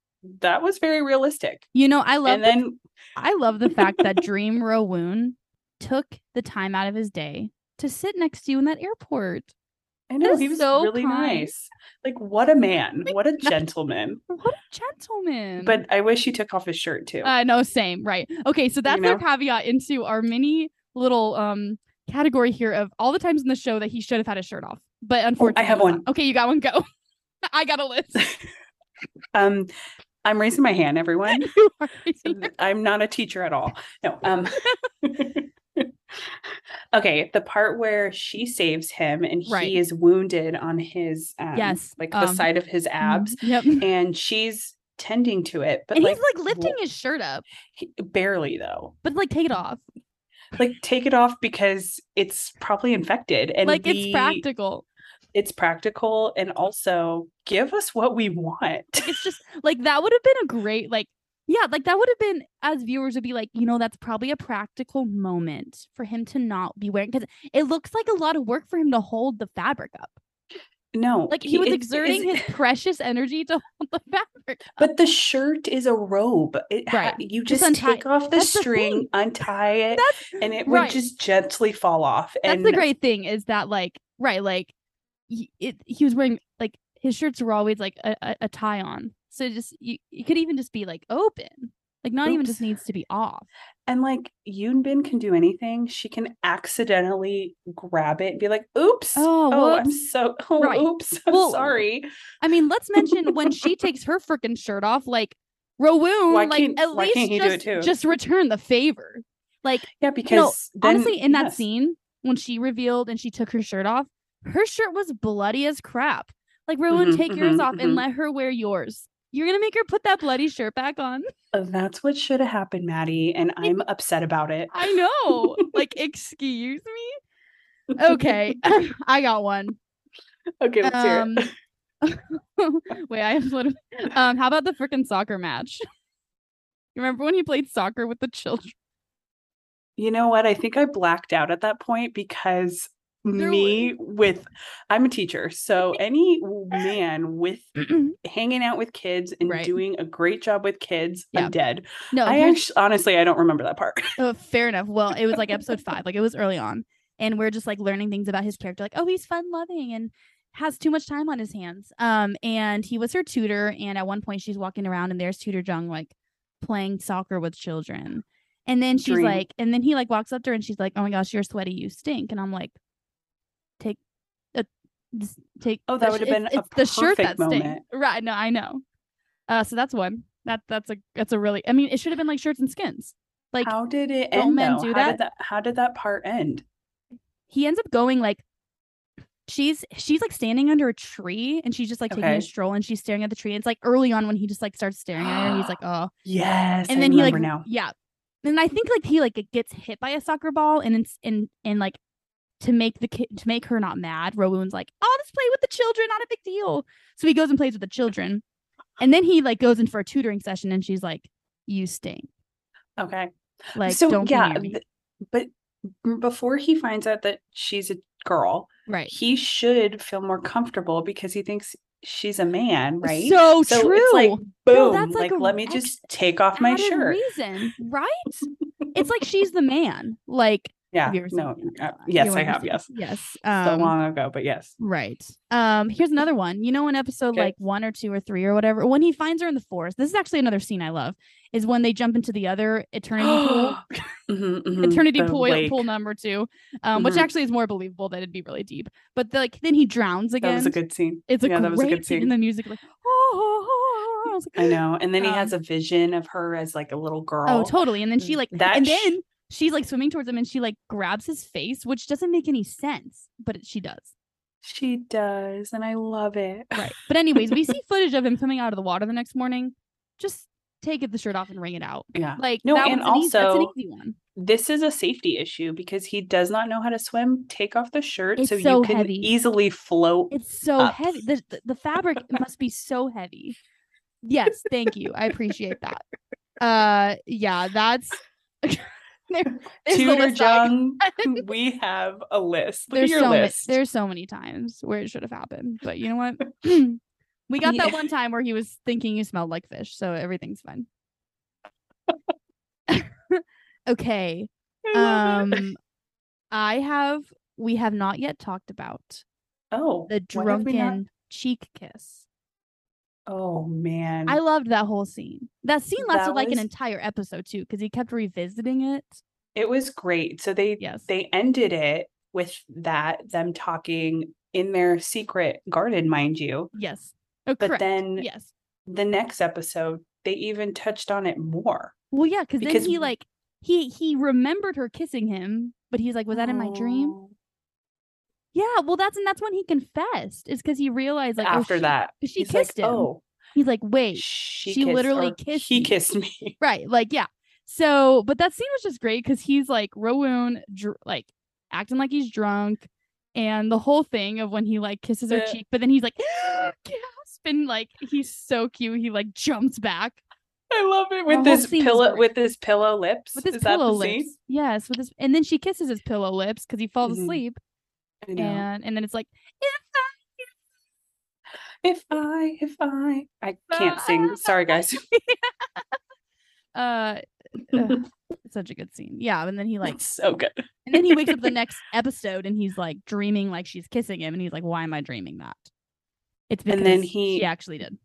that was very realistic.
You know, I love
and then
I love the fact
<laughs>
that Dream Rowoon took the time out of his day to sit next to you in that airport.
I know
is
he was
so
really
kind.
nice. Like, what a man!
Like, <laughs>
What a
that-
gentleman!
What a gentleman.
But I wish he took off his shirt too.
uh no, same, right. Okay, so that's
know?
our caveat into our mini little um category here of all the times in the show that he should have had his shirt off. But unfortunately,
Oh, have
it was
one.
not. Okay, you got one. Go. <laughs> I got a
<laughs>
list.
Um, I'm raising my hand, everyone.
You are raising your-
I'm not a teacher at all. No. Um. <laughs> okay, the part where she saves him and he
Right.
is wounded on his um,
Yes,
like the
um,
side of his abs,
<laughs> Yep.
and she's tending to it, but
and
like,
he's like lifting
wo-
his shirt up,
he- barely though.
but like take it off.
like take it off because it's probably infected and
Like
we-
it's practical.
it's practical and also give us what we want <laughs>
it's just like that would have been a great like yeah like that would have been as viewers would be like you know that's probably a practical moment for him to not be wearing because it looks like a lot of work for him to hold the fabric up
no
like he was
it- it is-
exerting his precious energy to <laughs> hold the fabric up.
but the shirt is a robe it ha-
Right.
you
Just
just,
untie-
take off the
That's the
string
thing.
untie it
that's
and it
right.
would just gently fall off
that's
and
the great thing is that like right like he, it, he was wearing like his shirts were always like a, a, a tie on so just you, it could even just be like open like not even
Oops.
just needs to be off
and like Yoonbin can do anything she can accidentally grab it and be like oops
Oh,
i'm
whoops."
so <laughs> oh
Right.
oops i'm
Well,
sorry
I mean, let's mention
<laughs>
when she takes her freaking shirt off, like Rowoon,
Why
like
can't-
at
why
least
can't he do it
just,
too?
just return the favor. Like
yeah because then-
honestly, in that
yes.
scene when she revealed and she took her shirt off, her shirt was bloody as crap. Like Rowoon,
Mhm,
take yours
mhm,
off and
mhm.
let her wear yours. You're gonna make her put that bloody shirt back
<laughs>
on.
Uh, That's what should have happened, Maddie, and I'm upset about it.
I know. like, excuse me.
<laughs>
Okay, <laughs> I got one.
<laughs> okay, let's hear it.
Um, <laughs> wait, I have literally. Um, how about the freaking soccer match? <laughs> You remember when he played soccer with the children? <clears throat>
You know what? I think I blacked out at that point because
There
me with I'm a
<laughs>
teacher, so any man with hanging out with kids and
Right. Oh,
doing a great job with kids,
Yeah.
I'm dead.
no,
I
here's-
actually, honestly, I don't remember that part.
oh, fair enough. Well, it was like episode five, like it was early on, and we're just like learning things about his character, like oh, he's fun loving and has too much time on his hands. Um, and he was her tutor, and at one point she's walking around, and there's Tutor Jung like playing soccer with children, and then she's
Dream.
like, and then he like walks up to her, and she's like, oh my gosh, you're sweaty, you stink, and I'm like, take. uh, just Take
Oh,
the
that
sh-
would have
it's-
been a
it's the shirt
perfect
that stinks.
moment.
Right? No, I know. Uh, so that's one. That that's a that's a really. I mean, it should have been like shirts and skins. Like
How did it
don't
end?
men
though?
do
How
that?
did that? How did that part end?
he ends up going like she's she's like standing under a tree and she's just like taking
Okay.
a stroll and she's staring at the
<gasps>
tree. And it's like early on when he just like starts staring at her, he's like, oh.
Yes,
And
I
then he like
remember now.
yeah. then I think like he like gets hit by a soccer ball and it's and and like to make the kid to make her not mad, Rowan's like, I'll just play with the children, not a big deal. So he goes and plays with the children. And then he like goes in for a tutoring session and she's like, You stink.
Okay.
Like
so
don't
yeah,
yeah,
th- but before he finds out that she's a girl,
right.
he should feel more comfortable because he thinks she's a man, right?
So,
So
Oh, true.
it's like boom,
No, that's like
like,
a
let me
ex-
just take off my
Added
shirt.
reason,
<laughs>
right? it's like she's the man. Like
Yeah.
have you ever seen
No.
it?
uh,
You
yes, I
ever
have.
seen-
Yes.
Yes.
so
Um,
long ago, but yes.
Right. Um, here's another one. You know, in episode
Okay.
like one or two or three or whatever, when he finds her in the forest, this is actually another scene I love, is when they jump into the other eternity
<gasps>
pool, <clears throat>
Mhm, mhm,
eternity
the
pool,
lake.
pool number two, um, which
Mhm.
actually is more believable that it'd be really deep. But the, like then he drowns
That
again.
was a good scene.
it's a
yeah,
great
that was a good
scene.
scene.
And the music like, <laughs> oh, I was like,
I know. And then he
Um,
has a vision of her as like a little girl.
Oh, totally. And then she
Mm.
like
That
and
sh-
then she's like swimming towards him and she like grabs his face, which doesn't make any sense, but it, she does.
She does, and I love it.
Right. But anyways, we
<laughs>
see footage of him coming out of the water the next morning. Just take it- the shirt off and wring it out.
Yeah.
Like
No,
that
and
one's an easy- that's an
also-
easy one.
This is a safety issue because he does not know how to swim. Take off the shirt
It's
so,
so
you can
heavy.
easily float.
It's so
up.
heavy. The, the the
<laughs>
fabric must be so heavy. Yes, thank you. I appreciate that. Uh yeah,
<laughs>
that's <laughs> there, there's the
Tudor
list I- <laughs>
Jung, we have a list. Look at
there's
your
so many,
list.
there's so many times where it should have happened, but you know
<laughs>
what? <clears throat> we got that
Yeah.
one time where he was thinking you smelled like fish, so everything's fine. <laughs> okay.
I love it.
Um I have we have not yet talked about
oh,
the
why have we not-
drunken cheek kiss.
Oh man,
I loved that whole scene. That scene
That
lasted like an
was-
entire episode too, because he kept revisiting it.
it was great. So they
Yes.
they ended it with that them talking in their secret garden, mind you.
yes. Oh,
But
correct.
then
yes.
the next episode, they even touched on it more.
Well, yeah, because then
Because
he
w-
like he he remembered her kissing him, but he's like, was that in my dream?
Oh,
Yeah, well, that's and that's when he confessed. Is because he realized like oh,
after
she-
that,
'cause she
he's
kissed
like,
him.
Oh,
He's like, wait,
she,
she literally
or
kissed
He
me.
kissed me. <laughs>
right, like yeah. So, but that scene was just great because he's like Rowoon, dr- like acting like he's drunk, and the whole thing of when he like kisses her
Uh.
cheek, but then he's like <gasps> gasp and like he's so cute. He like jumps back
I love it
whole
with this
scene was
pillow
great.
with his pillow lips.
with his
Is
pillow
that the
lips.
scene?
Yes, with his, and then she kisses his pillow lips because he falls
Mhm.
asleep.
I know.
and and then it's like
If I, if I, I can't sing. Sorry, guys. <laughs>
uh
<laughs>
ugh, it's such a good scene yeah and then he like
Like so good.
and then he wakes
<laughs>
up the next episode and he's like dreaming like she's kissing him and he's like why am i dreaming that it's because
And then
she
he-
actually did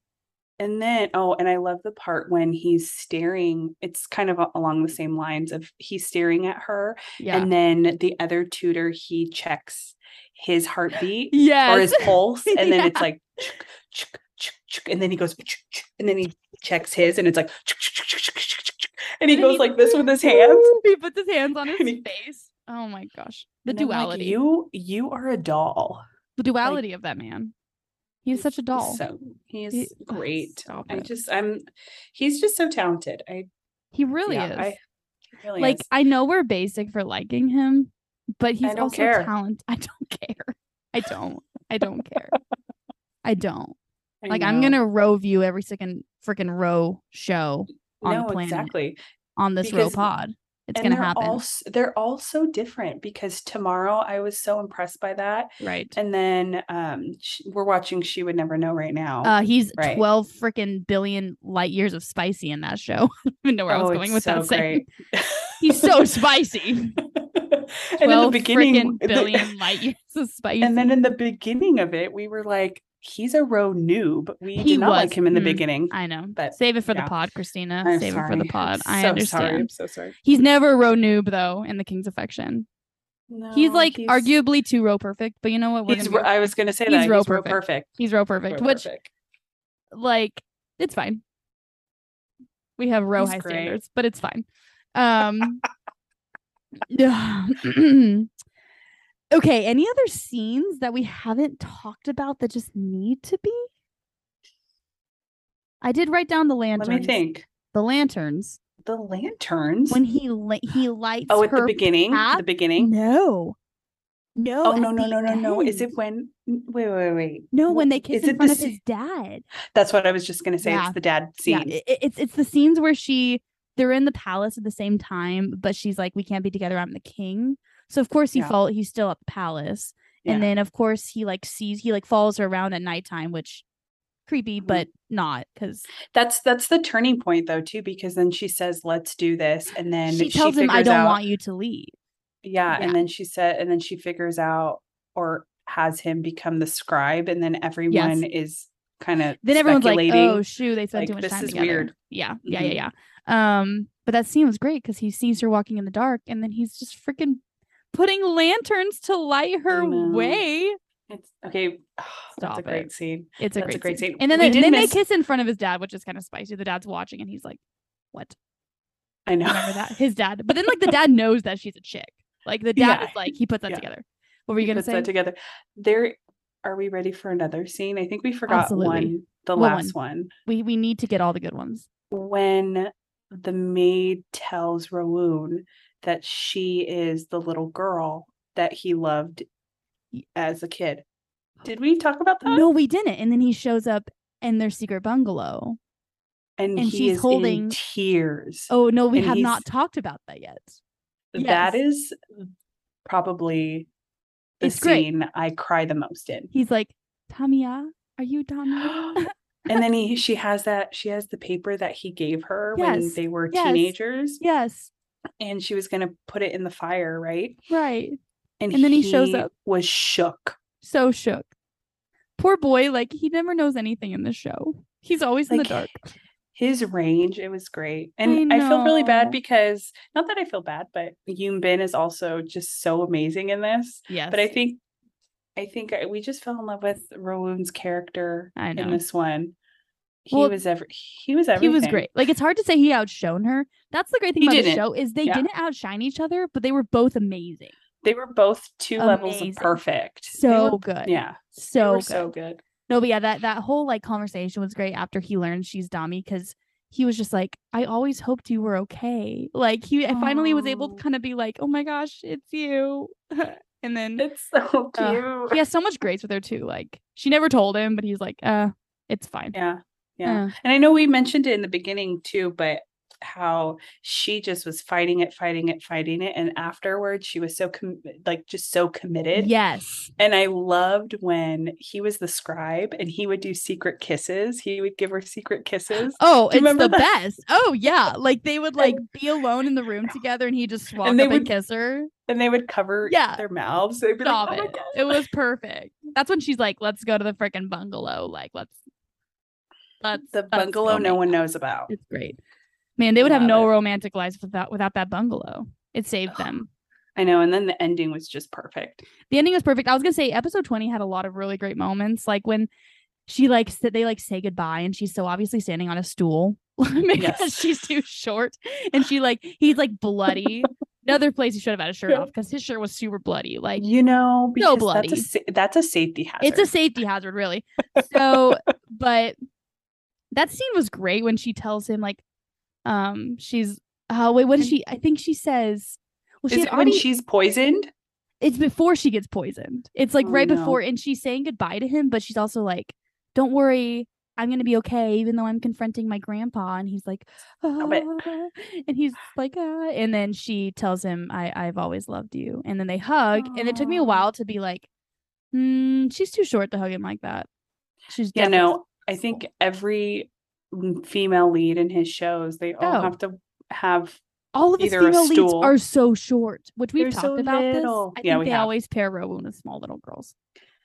And then, oh, and I love the part when he's staring. It's kind of a- along the same lines of he's staring at her,
yeah
and then the other tutor he checks his heartbeat
<laughs> yes
or
<laughs>
his pulse, and then
Yeah.
it's like, chuk, chuk, chuk, chuk, and then he goes, chuk, chuk, and then he checks his, and it's like, chuk, chuk, chuk, chuk, chuk, chuk, chuk, and he
And then
goes
he-
like this with his hands.
<laughs> he puts his hands
<laughs>
on his
And he-
face oh my gosh the
And I'm like,
duality
you, you are a doll.
the duality of that man he's such a doll
So he is
He- ugh,
great.
stop
I
it.
just, I'm. He's just so talented. I
he really
yeah,
is
I, he really
like
is.
I know we're basic for liking him, but he's
don't
also
care.
talented. <laughs> I don't care. I don't. I don't care. I don't.
<laughs> I
Like I'm
know.
gonna row view every second freaking row show on the
no,
planet.
exactly.
on this row
Because-
pod. It's
and
gonna
they're
happen.
All, s- they're all so different because tomorrow I was so impressed by that,
right.
and then um, sh- we're watching She Would Never Know right now.
Uh he's
right.
twelve freaking billion light years of spicy in that show. <laughs> I don't even know where I was
Oh,
going
it's
with that
so
saying.
great.
<laughs> He's so
<laughs>
spicy.
<laughs> and in the
Twelve
beginning,
freaking
the-
billion light years of spicy.
<laughs> and then in the beginning of it, we were like, "He's a row noob." We
He
did not like
was,
him in the
mm,
beginning.
I know.
But,
Save it for
yeah.
the pod, Christina.
I'm
Save it for
sorry.
the
<laughs>
pod.
I'm
I
so
understand.
Sorry. I'm so sorry.
He's never a row noob though in the King's Affection. he's
No,
like arguably too row perfect, but you know what? We're
He's,
gonna
ro-
be-
I was gonna say
he's
that
row
he's row
perfect.
perfect.
he's row perfect,
Row
which
perfect.
like it's fine. We have row
He's
high
great.
standards, but it's fine.
<laughs>
Um <sighs> Okay, any other scenes that we haven't talked about that just need to be? I did write down the
Let
lanterns.
me think.
The lanterns.
the lanterns.
when he li- he lights.
oh, at the
her
beginning,
path?
the beginning.
No, no,
Oh
at
no no
the
no no no! Is it
end.
when? Wait wait wait!
No,
Wh-
when they kiss
is
in
it
front
the
of his
se-
dad.
That's what I was just gonna say.
Yeah.
It's the dad
Yeah,
scene.
i- i- it's it's the scenes where she they're in the palace at the same time, but she's like, "We can't be together. I'm the king." So of course he
Yeah.
fall. He's still at the palace,
Yeah.
and then of course he like sees he like follows her around at nighttime, which creepy,
Mhm.
but not because
That's that's the turning point though too, because then she says, "Let's do this," and then
she tells him, "I
figures
don't
out-
want you to leave."
Yeah,
Yeah.
and then she said, and then she figures out or has him become the scribe, and then everyone is kind of
Then everyone's like,
speculating.
"Oh shoot, they spent
like,
too much
this
time
is
together."
weird.
Yeah, yeah, yeah,
Mhm.
yeah. Um, but that scene was great because he sees her walking in the dark, and then he's just freaking putting lanterns to light her
know.
way.
it's okay." <sighs> that's
Stop
a
it.
great scene.
It's a,
That's
great,
a great
scene.
scene.
And then,
We
they,
did
then
miss-
they kiss in front of his dad, which is kind of spicy. The dad's watching and he's like,
<laughs>
What?
I know.
Remember that? His dad. But then like the dad knows that she's a chick. Like the dad
Yeah.
is like, he puts that
Yeah.
together. What were you gonna
Puts
say?
that together. There, are we ready for another scene? I think we forgot
Absolutely.
one, the
What
last one.
we we need to get all the good ones.
when the maid tells Rawoon that she is the little girl that he loved
Y-
as a kid. Did we talk about that?
No, we didn't. And then he shows up in their secret bungalow.
And,
and
he
she's
is in
holding-
tears.
Oh no, we
And
have
he's-
not talked about that yet.
That
yes.
is probably the
It's great.
scene I cry the most in.
He's like, Tamiya, are you
<gasps>
Tamiya?
and then he she has that she has the paper that he gave her when
Yes,
they were
yes.
teenagers
yes.
and she was going to put it in the fire, right?
Right. And then he shows up.
was shook.
So shook. Poor boy, like he never knows anything in the show. He's always in the
Like,
dark.
his range it was great and i, feel really
know.
bad because not that i feel bad but yoon bin is also just so amazing in this
Yes.
but i think i think I- we just fell in love with rowoon's character
I know.
in this one he
Well,
was every he was everything
he was great. Like it's hard to say he outshone her. That's the great thing
He
about the
didn't.
show is they
Yeah.
didn't outshine each other, but they were both amazing.
they were both two levels
Amazing.
of perfect They
So
were-
good.
yeah they
So
were
good.
so good
No, but yeah, that that whole like conversation was great after he learned she's Dami because he was just like, I always hoped you were okay. Like he I finally was able
Aw.
to kind of be like, oh my gosh, it's you. <laughs> and then <laughs>
it's so cute
Uh, he has so much grace with her too. Like she never told him, but he's like, uh, it's fine.
yeah yeah
Uh,
And I know we mentioned it in the beginning too, but how she just was fighting it, fighting it, fighting it, and afterwards she was so com- like just so committed.
yes.
And I loved when he was the scribe and he would do secret kisses. He would give her secret kisses.
<gasps> Oh, it's the
Do you remember that?
best. Oh yeah, like they would like be alone in the room together, and he just walk
they
up and
would
kiss her.
And they would cover
Yeah.
their mouths. They'd be
Stop
like, "Oh my
it!
God."
It was perfect. That's when she's like, "Let's go to the freaking bungalow. Like, let's let's
The
let's go
bungalow no
make
one
out."
knows about.
It's great, man. They would have
Love
no
it.
romantic lives without without that bungalow. It saved
Ugh.
them.
I know. And then the ending was just perfect.
the ending was perfect. I was gonna say episode 20 had a lot of really great moments, like when she like s- they like say goodbye and she's so obviously standing on a stool <laughs> because
Yes.
she's too short and she like he's like
<laughs>
bloody. Another place he should have had a shirt
Yeah.
off because his shirt was super bloody. Like
you know,
so
because that's
bloody.
a sa- that's a safety hazard.
it's a
<laughs>
safety hazard, really. So, but that scene was great when she tells him like, um, she's oh wait, what is she? I think she says, well, she
Is
had
it when
already
she's poisoned?
it's before she gets poisoned. It's like
Oh,
right
no.
before, and she's saying goodbye to him, but she's also like, "Don't worry, I'm gonna be okay," even though I'm confronting my grandpa, and he's like,
it.
"Ah," and he's like, ah. and then she tells him, "I I've always loved you," and then they hug, and it took me a
Aw.
while to be like, mm, "She's too short to hug him like that." She's
Yeah,
definitely-
no, I think every m- female lead in his shows, they all
Oh.
have to have
all of his
either a
female leads
stool-
are so short, which we've
They're
talked
so
about
little.
this. I
Yeah,
think
we
they
have. Mm,
always pair Rowan with small little girls.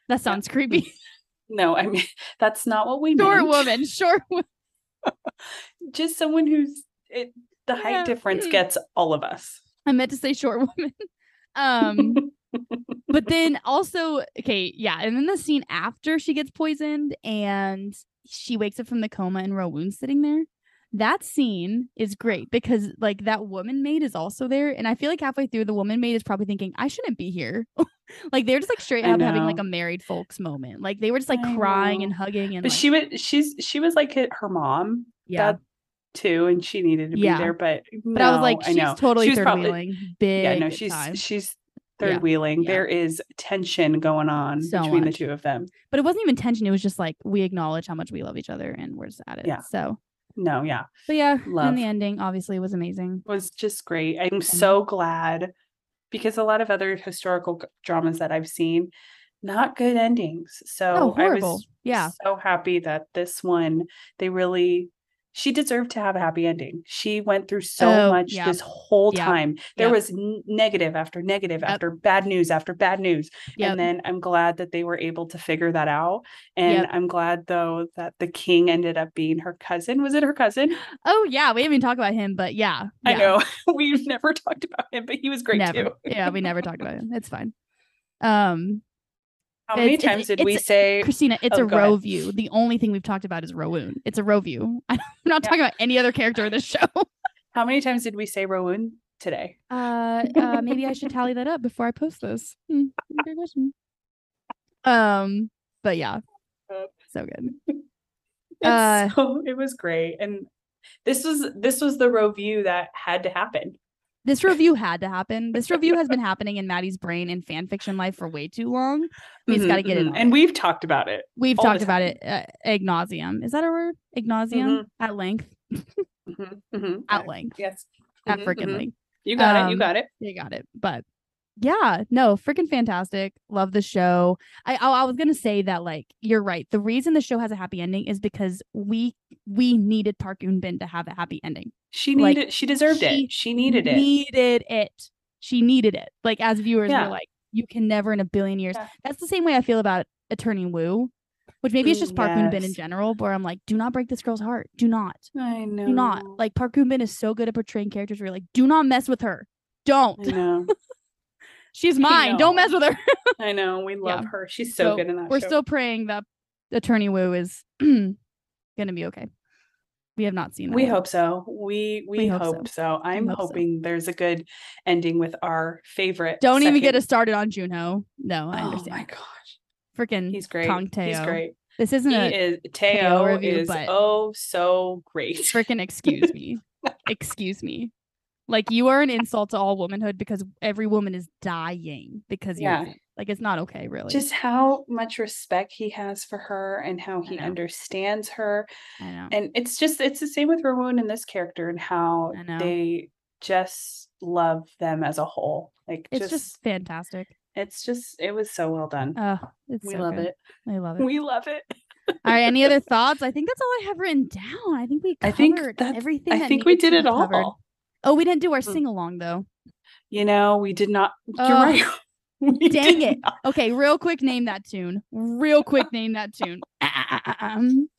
That sounds creepy. <laughs>
no, I mean <laughs> that's not what we
short
meant.
woman, short woman.
<laughs> Just someone who's it, the
Yeah. Hmm.
height difference gets all of us.
I meant to say short <laughs> woman.
<laughs>
Um, but then also, okay, yeah, and then the scene after she gets poisoned and she wakes up from the coma and Rowoon's sitting there. That scene is great because like that woman maid is also there, and I feel like halfway through the woman maid is probably thinking I shouldn't be here. <laughs> like they're just like straight
I
up having like
know.
a married folks moment. Like they were just like
I
crying and
know.
hugging and
but
like,
she was she's she was like hi- her mom.
yeah,
That too, and she needed to
Yeah.
be there. But
But I was
no,
like,
I
she's
know.
totally
She was
third
probably-
wheeling. Big.
yeah, no, she's
time.
she's
Yeah.
third wheeling.
Yeah.
There is tension going on
So
between
much.
the two of them.
but it wasn't even tension. It was just like we acknowledge how much we love each other and we're just at it.
Yeah.
So,
No, yeah,
but yeah,
Love.
and the ending obviously was amazing.
was just great.
Mm-hmm.
I'm so glad because a lot of other historical g- dramas that I've seen, not good endings.
Oh,
So I
horrible.
was
yeah.
so happy that this one they really she deserved to have a happy ending. She went through so
Oh,
much
yeah.
this whole
Yep.
time. There
Yep.
was n- negative after negative
Yep.
after bad news after bad news.
Yeah.
And then I'm glad that they were able to figure that out. And
Yep.
I'm glad though that the king ended up being her cousin. Was it her cousin?
oh, yeah. We didn't even talk about him, but yeah.
I
yeah.
know <laughs> we've never talked about him, but he was great
never.
too.
yeah. We never talked about
<laughs>
him. It's fine. Um,
How many
It's-
times
it's-
did we
it's-
say
Christina, it's
Oh,
a
go ahead.
row view. The only thing we've talked about is Rowoon. It's a row view. <laughs> I'm not
Yeah.
talking about any other character in this show.
how many times did we say Rowan today? <laughs>
Uh, uh maybe I should tally that up before I post this. Hmm, good question. Um, but yeah,
Yep.
so good.
It's
Uh,
so, it was great, and this was this was the review that had to happen.
This review had to happen. This review has been happening in Maddie's brain and fan fiction life for way too long. We just got to
Mhm,
get it.
mhm.
out
and
there.
we've talked about it.
we've
all the
talked about it uh, agnosium. Is that a word? Agnosium at length,
Mhm,
Mm-hmm,
mhm.
at
Yeah.
length,
Yes,
at
Mhm,
freaking
mhm.
length.
You got it.
Um,
You got it.
they got it. But yeah, no, freaking fantastic. Love the show. I oh, I was gonna say that like you're right. The reason the show has a happy ending is because we we needed Park Eun Bin to have a happy ending.
She
like,
needed. she deserved
she
it. She needed it.
Needed it. She needed it. Like as viewers,
Yeah.
we're like, you can never in a billion years.
Yeah.
That's the same way I feel about Attorney Woo, which maybe it's
Mm,
just Park Eun Bin in
yes.
general, where I'm like, do not break this girl's heart. Do not.
I know.
Do not. Like Park Eun Bin is so good at portraying characters where you're like, do not mess with her. Don't.
I know. <laughs>
She's mine. Don't mess with her.
I know. We
<laughs>
love
Yeah.
her. She's so, good in that.
We're
show.
still praying that Attorney Wu is <clears throat> going to be okay. We have not seen that.
We
yet.
hope so. We we,
hope
hope,
so.
so. I'm
hope so.
hoping there's a good ending with our favorite.
Don't even get
second-
us started on Junho. No, I
Oh my
understand.
gosh,
Freaking
he's great.
Mm, Kong
He's
Taeo.
great.
This isn't
He
a
is Teo
review,
is
but-
oh so <laughs> great.
freaking excuse
<laughs>
me. excuse me. Like you are an insult to all womanhood because every woman is dying because you're
Yeah.
gay. like it's not okay really.
Just how much respect he has for her and how he
know.
understands her.
I know.
And it's just it's the same with Rowan and this character and how
I know.
they just love them as a whole. Like
It's just,
just
fantastic.
it's just it was so well done.
Oh, it's
we
so
love
good.
it. <laughs>
I love it.
We love it.
All
<laughs>
right. Any other thoughts? I think that's all I have written down. I think we
I
covered
think that-
everything.
I
that
think we
needed to
did it
be
all.
covered. Oh, we didn't do our
Mm.
sing along though.
You know, we did not.
Oh,
you're
<laughs>
right. <laughs> We
Dang
did
it.
not-
Okay, real quick, name that tune. Real quick, name that <laughs> tune. Um,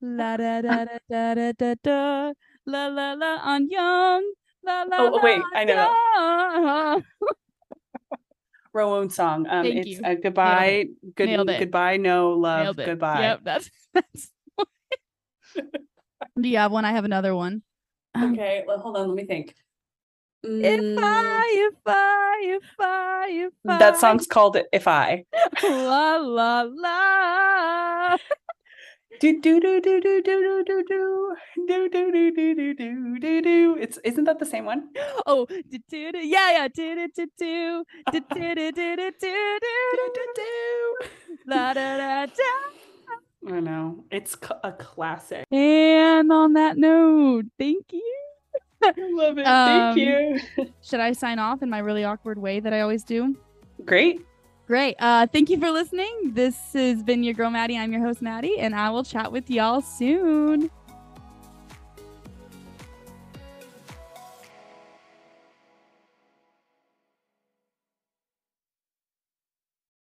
La da da da da da da da. La la la on young. La la.
Oh,
la,
wait,
on
I know
young.
Rowan song. Um,
Thank
it's
you.
a goodbye. Good
Nailed it.
goodbye. No love.
Nailed it.
Goodbye.
Yep, that's <laughs> that's. do you have one? I have another one. Um,
Okay. Well, hold on. Let me think.
If
Mm,
I, if I, if I, if I.
that song's called "If I."
la la la.
Do do do do do do do do do do do do do do do do do. It's isn't that the same one?
Oh, do, do, do, yeah, yeah, do, do, do, do, do, do, do, do, do, do, do, do, do, la da da da.
I know. It's cl- a
<laughs>
classic.
And on that note, thank you.
I love it.
Um,
Thank you.
Should I sign off in my really awkward way that I always do?
Great.
Great. Uh, thank you for listening. This has been your girl Maddie. I'm your host Maddie, and I will chat with y'all soon.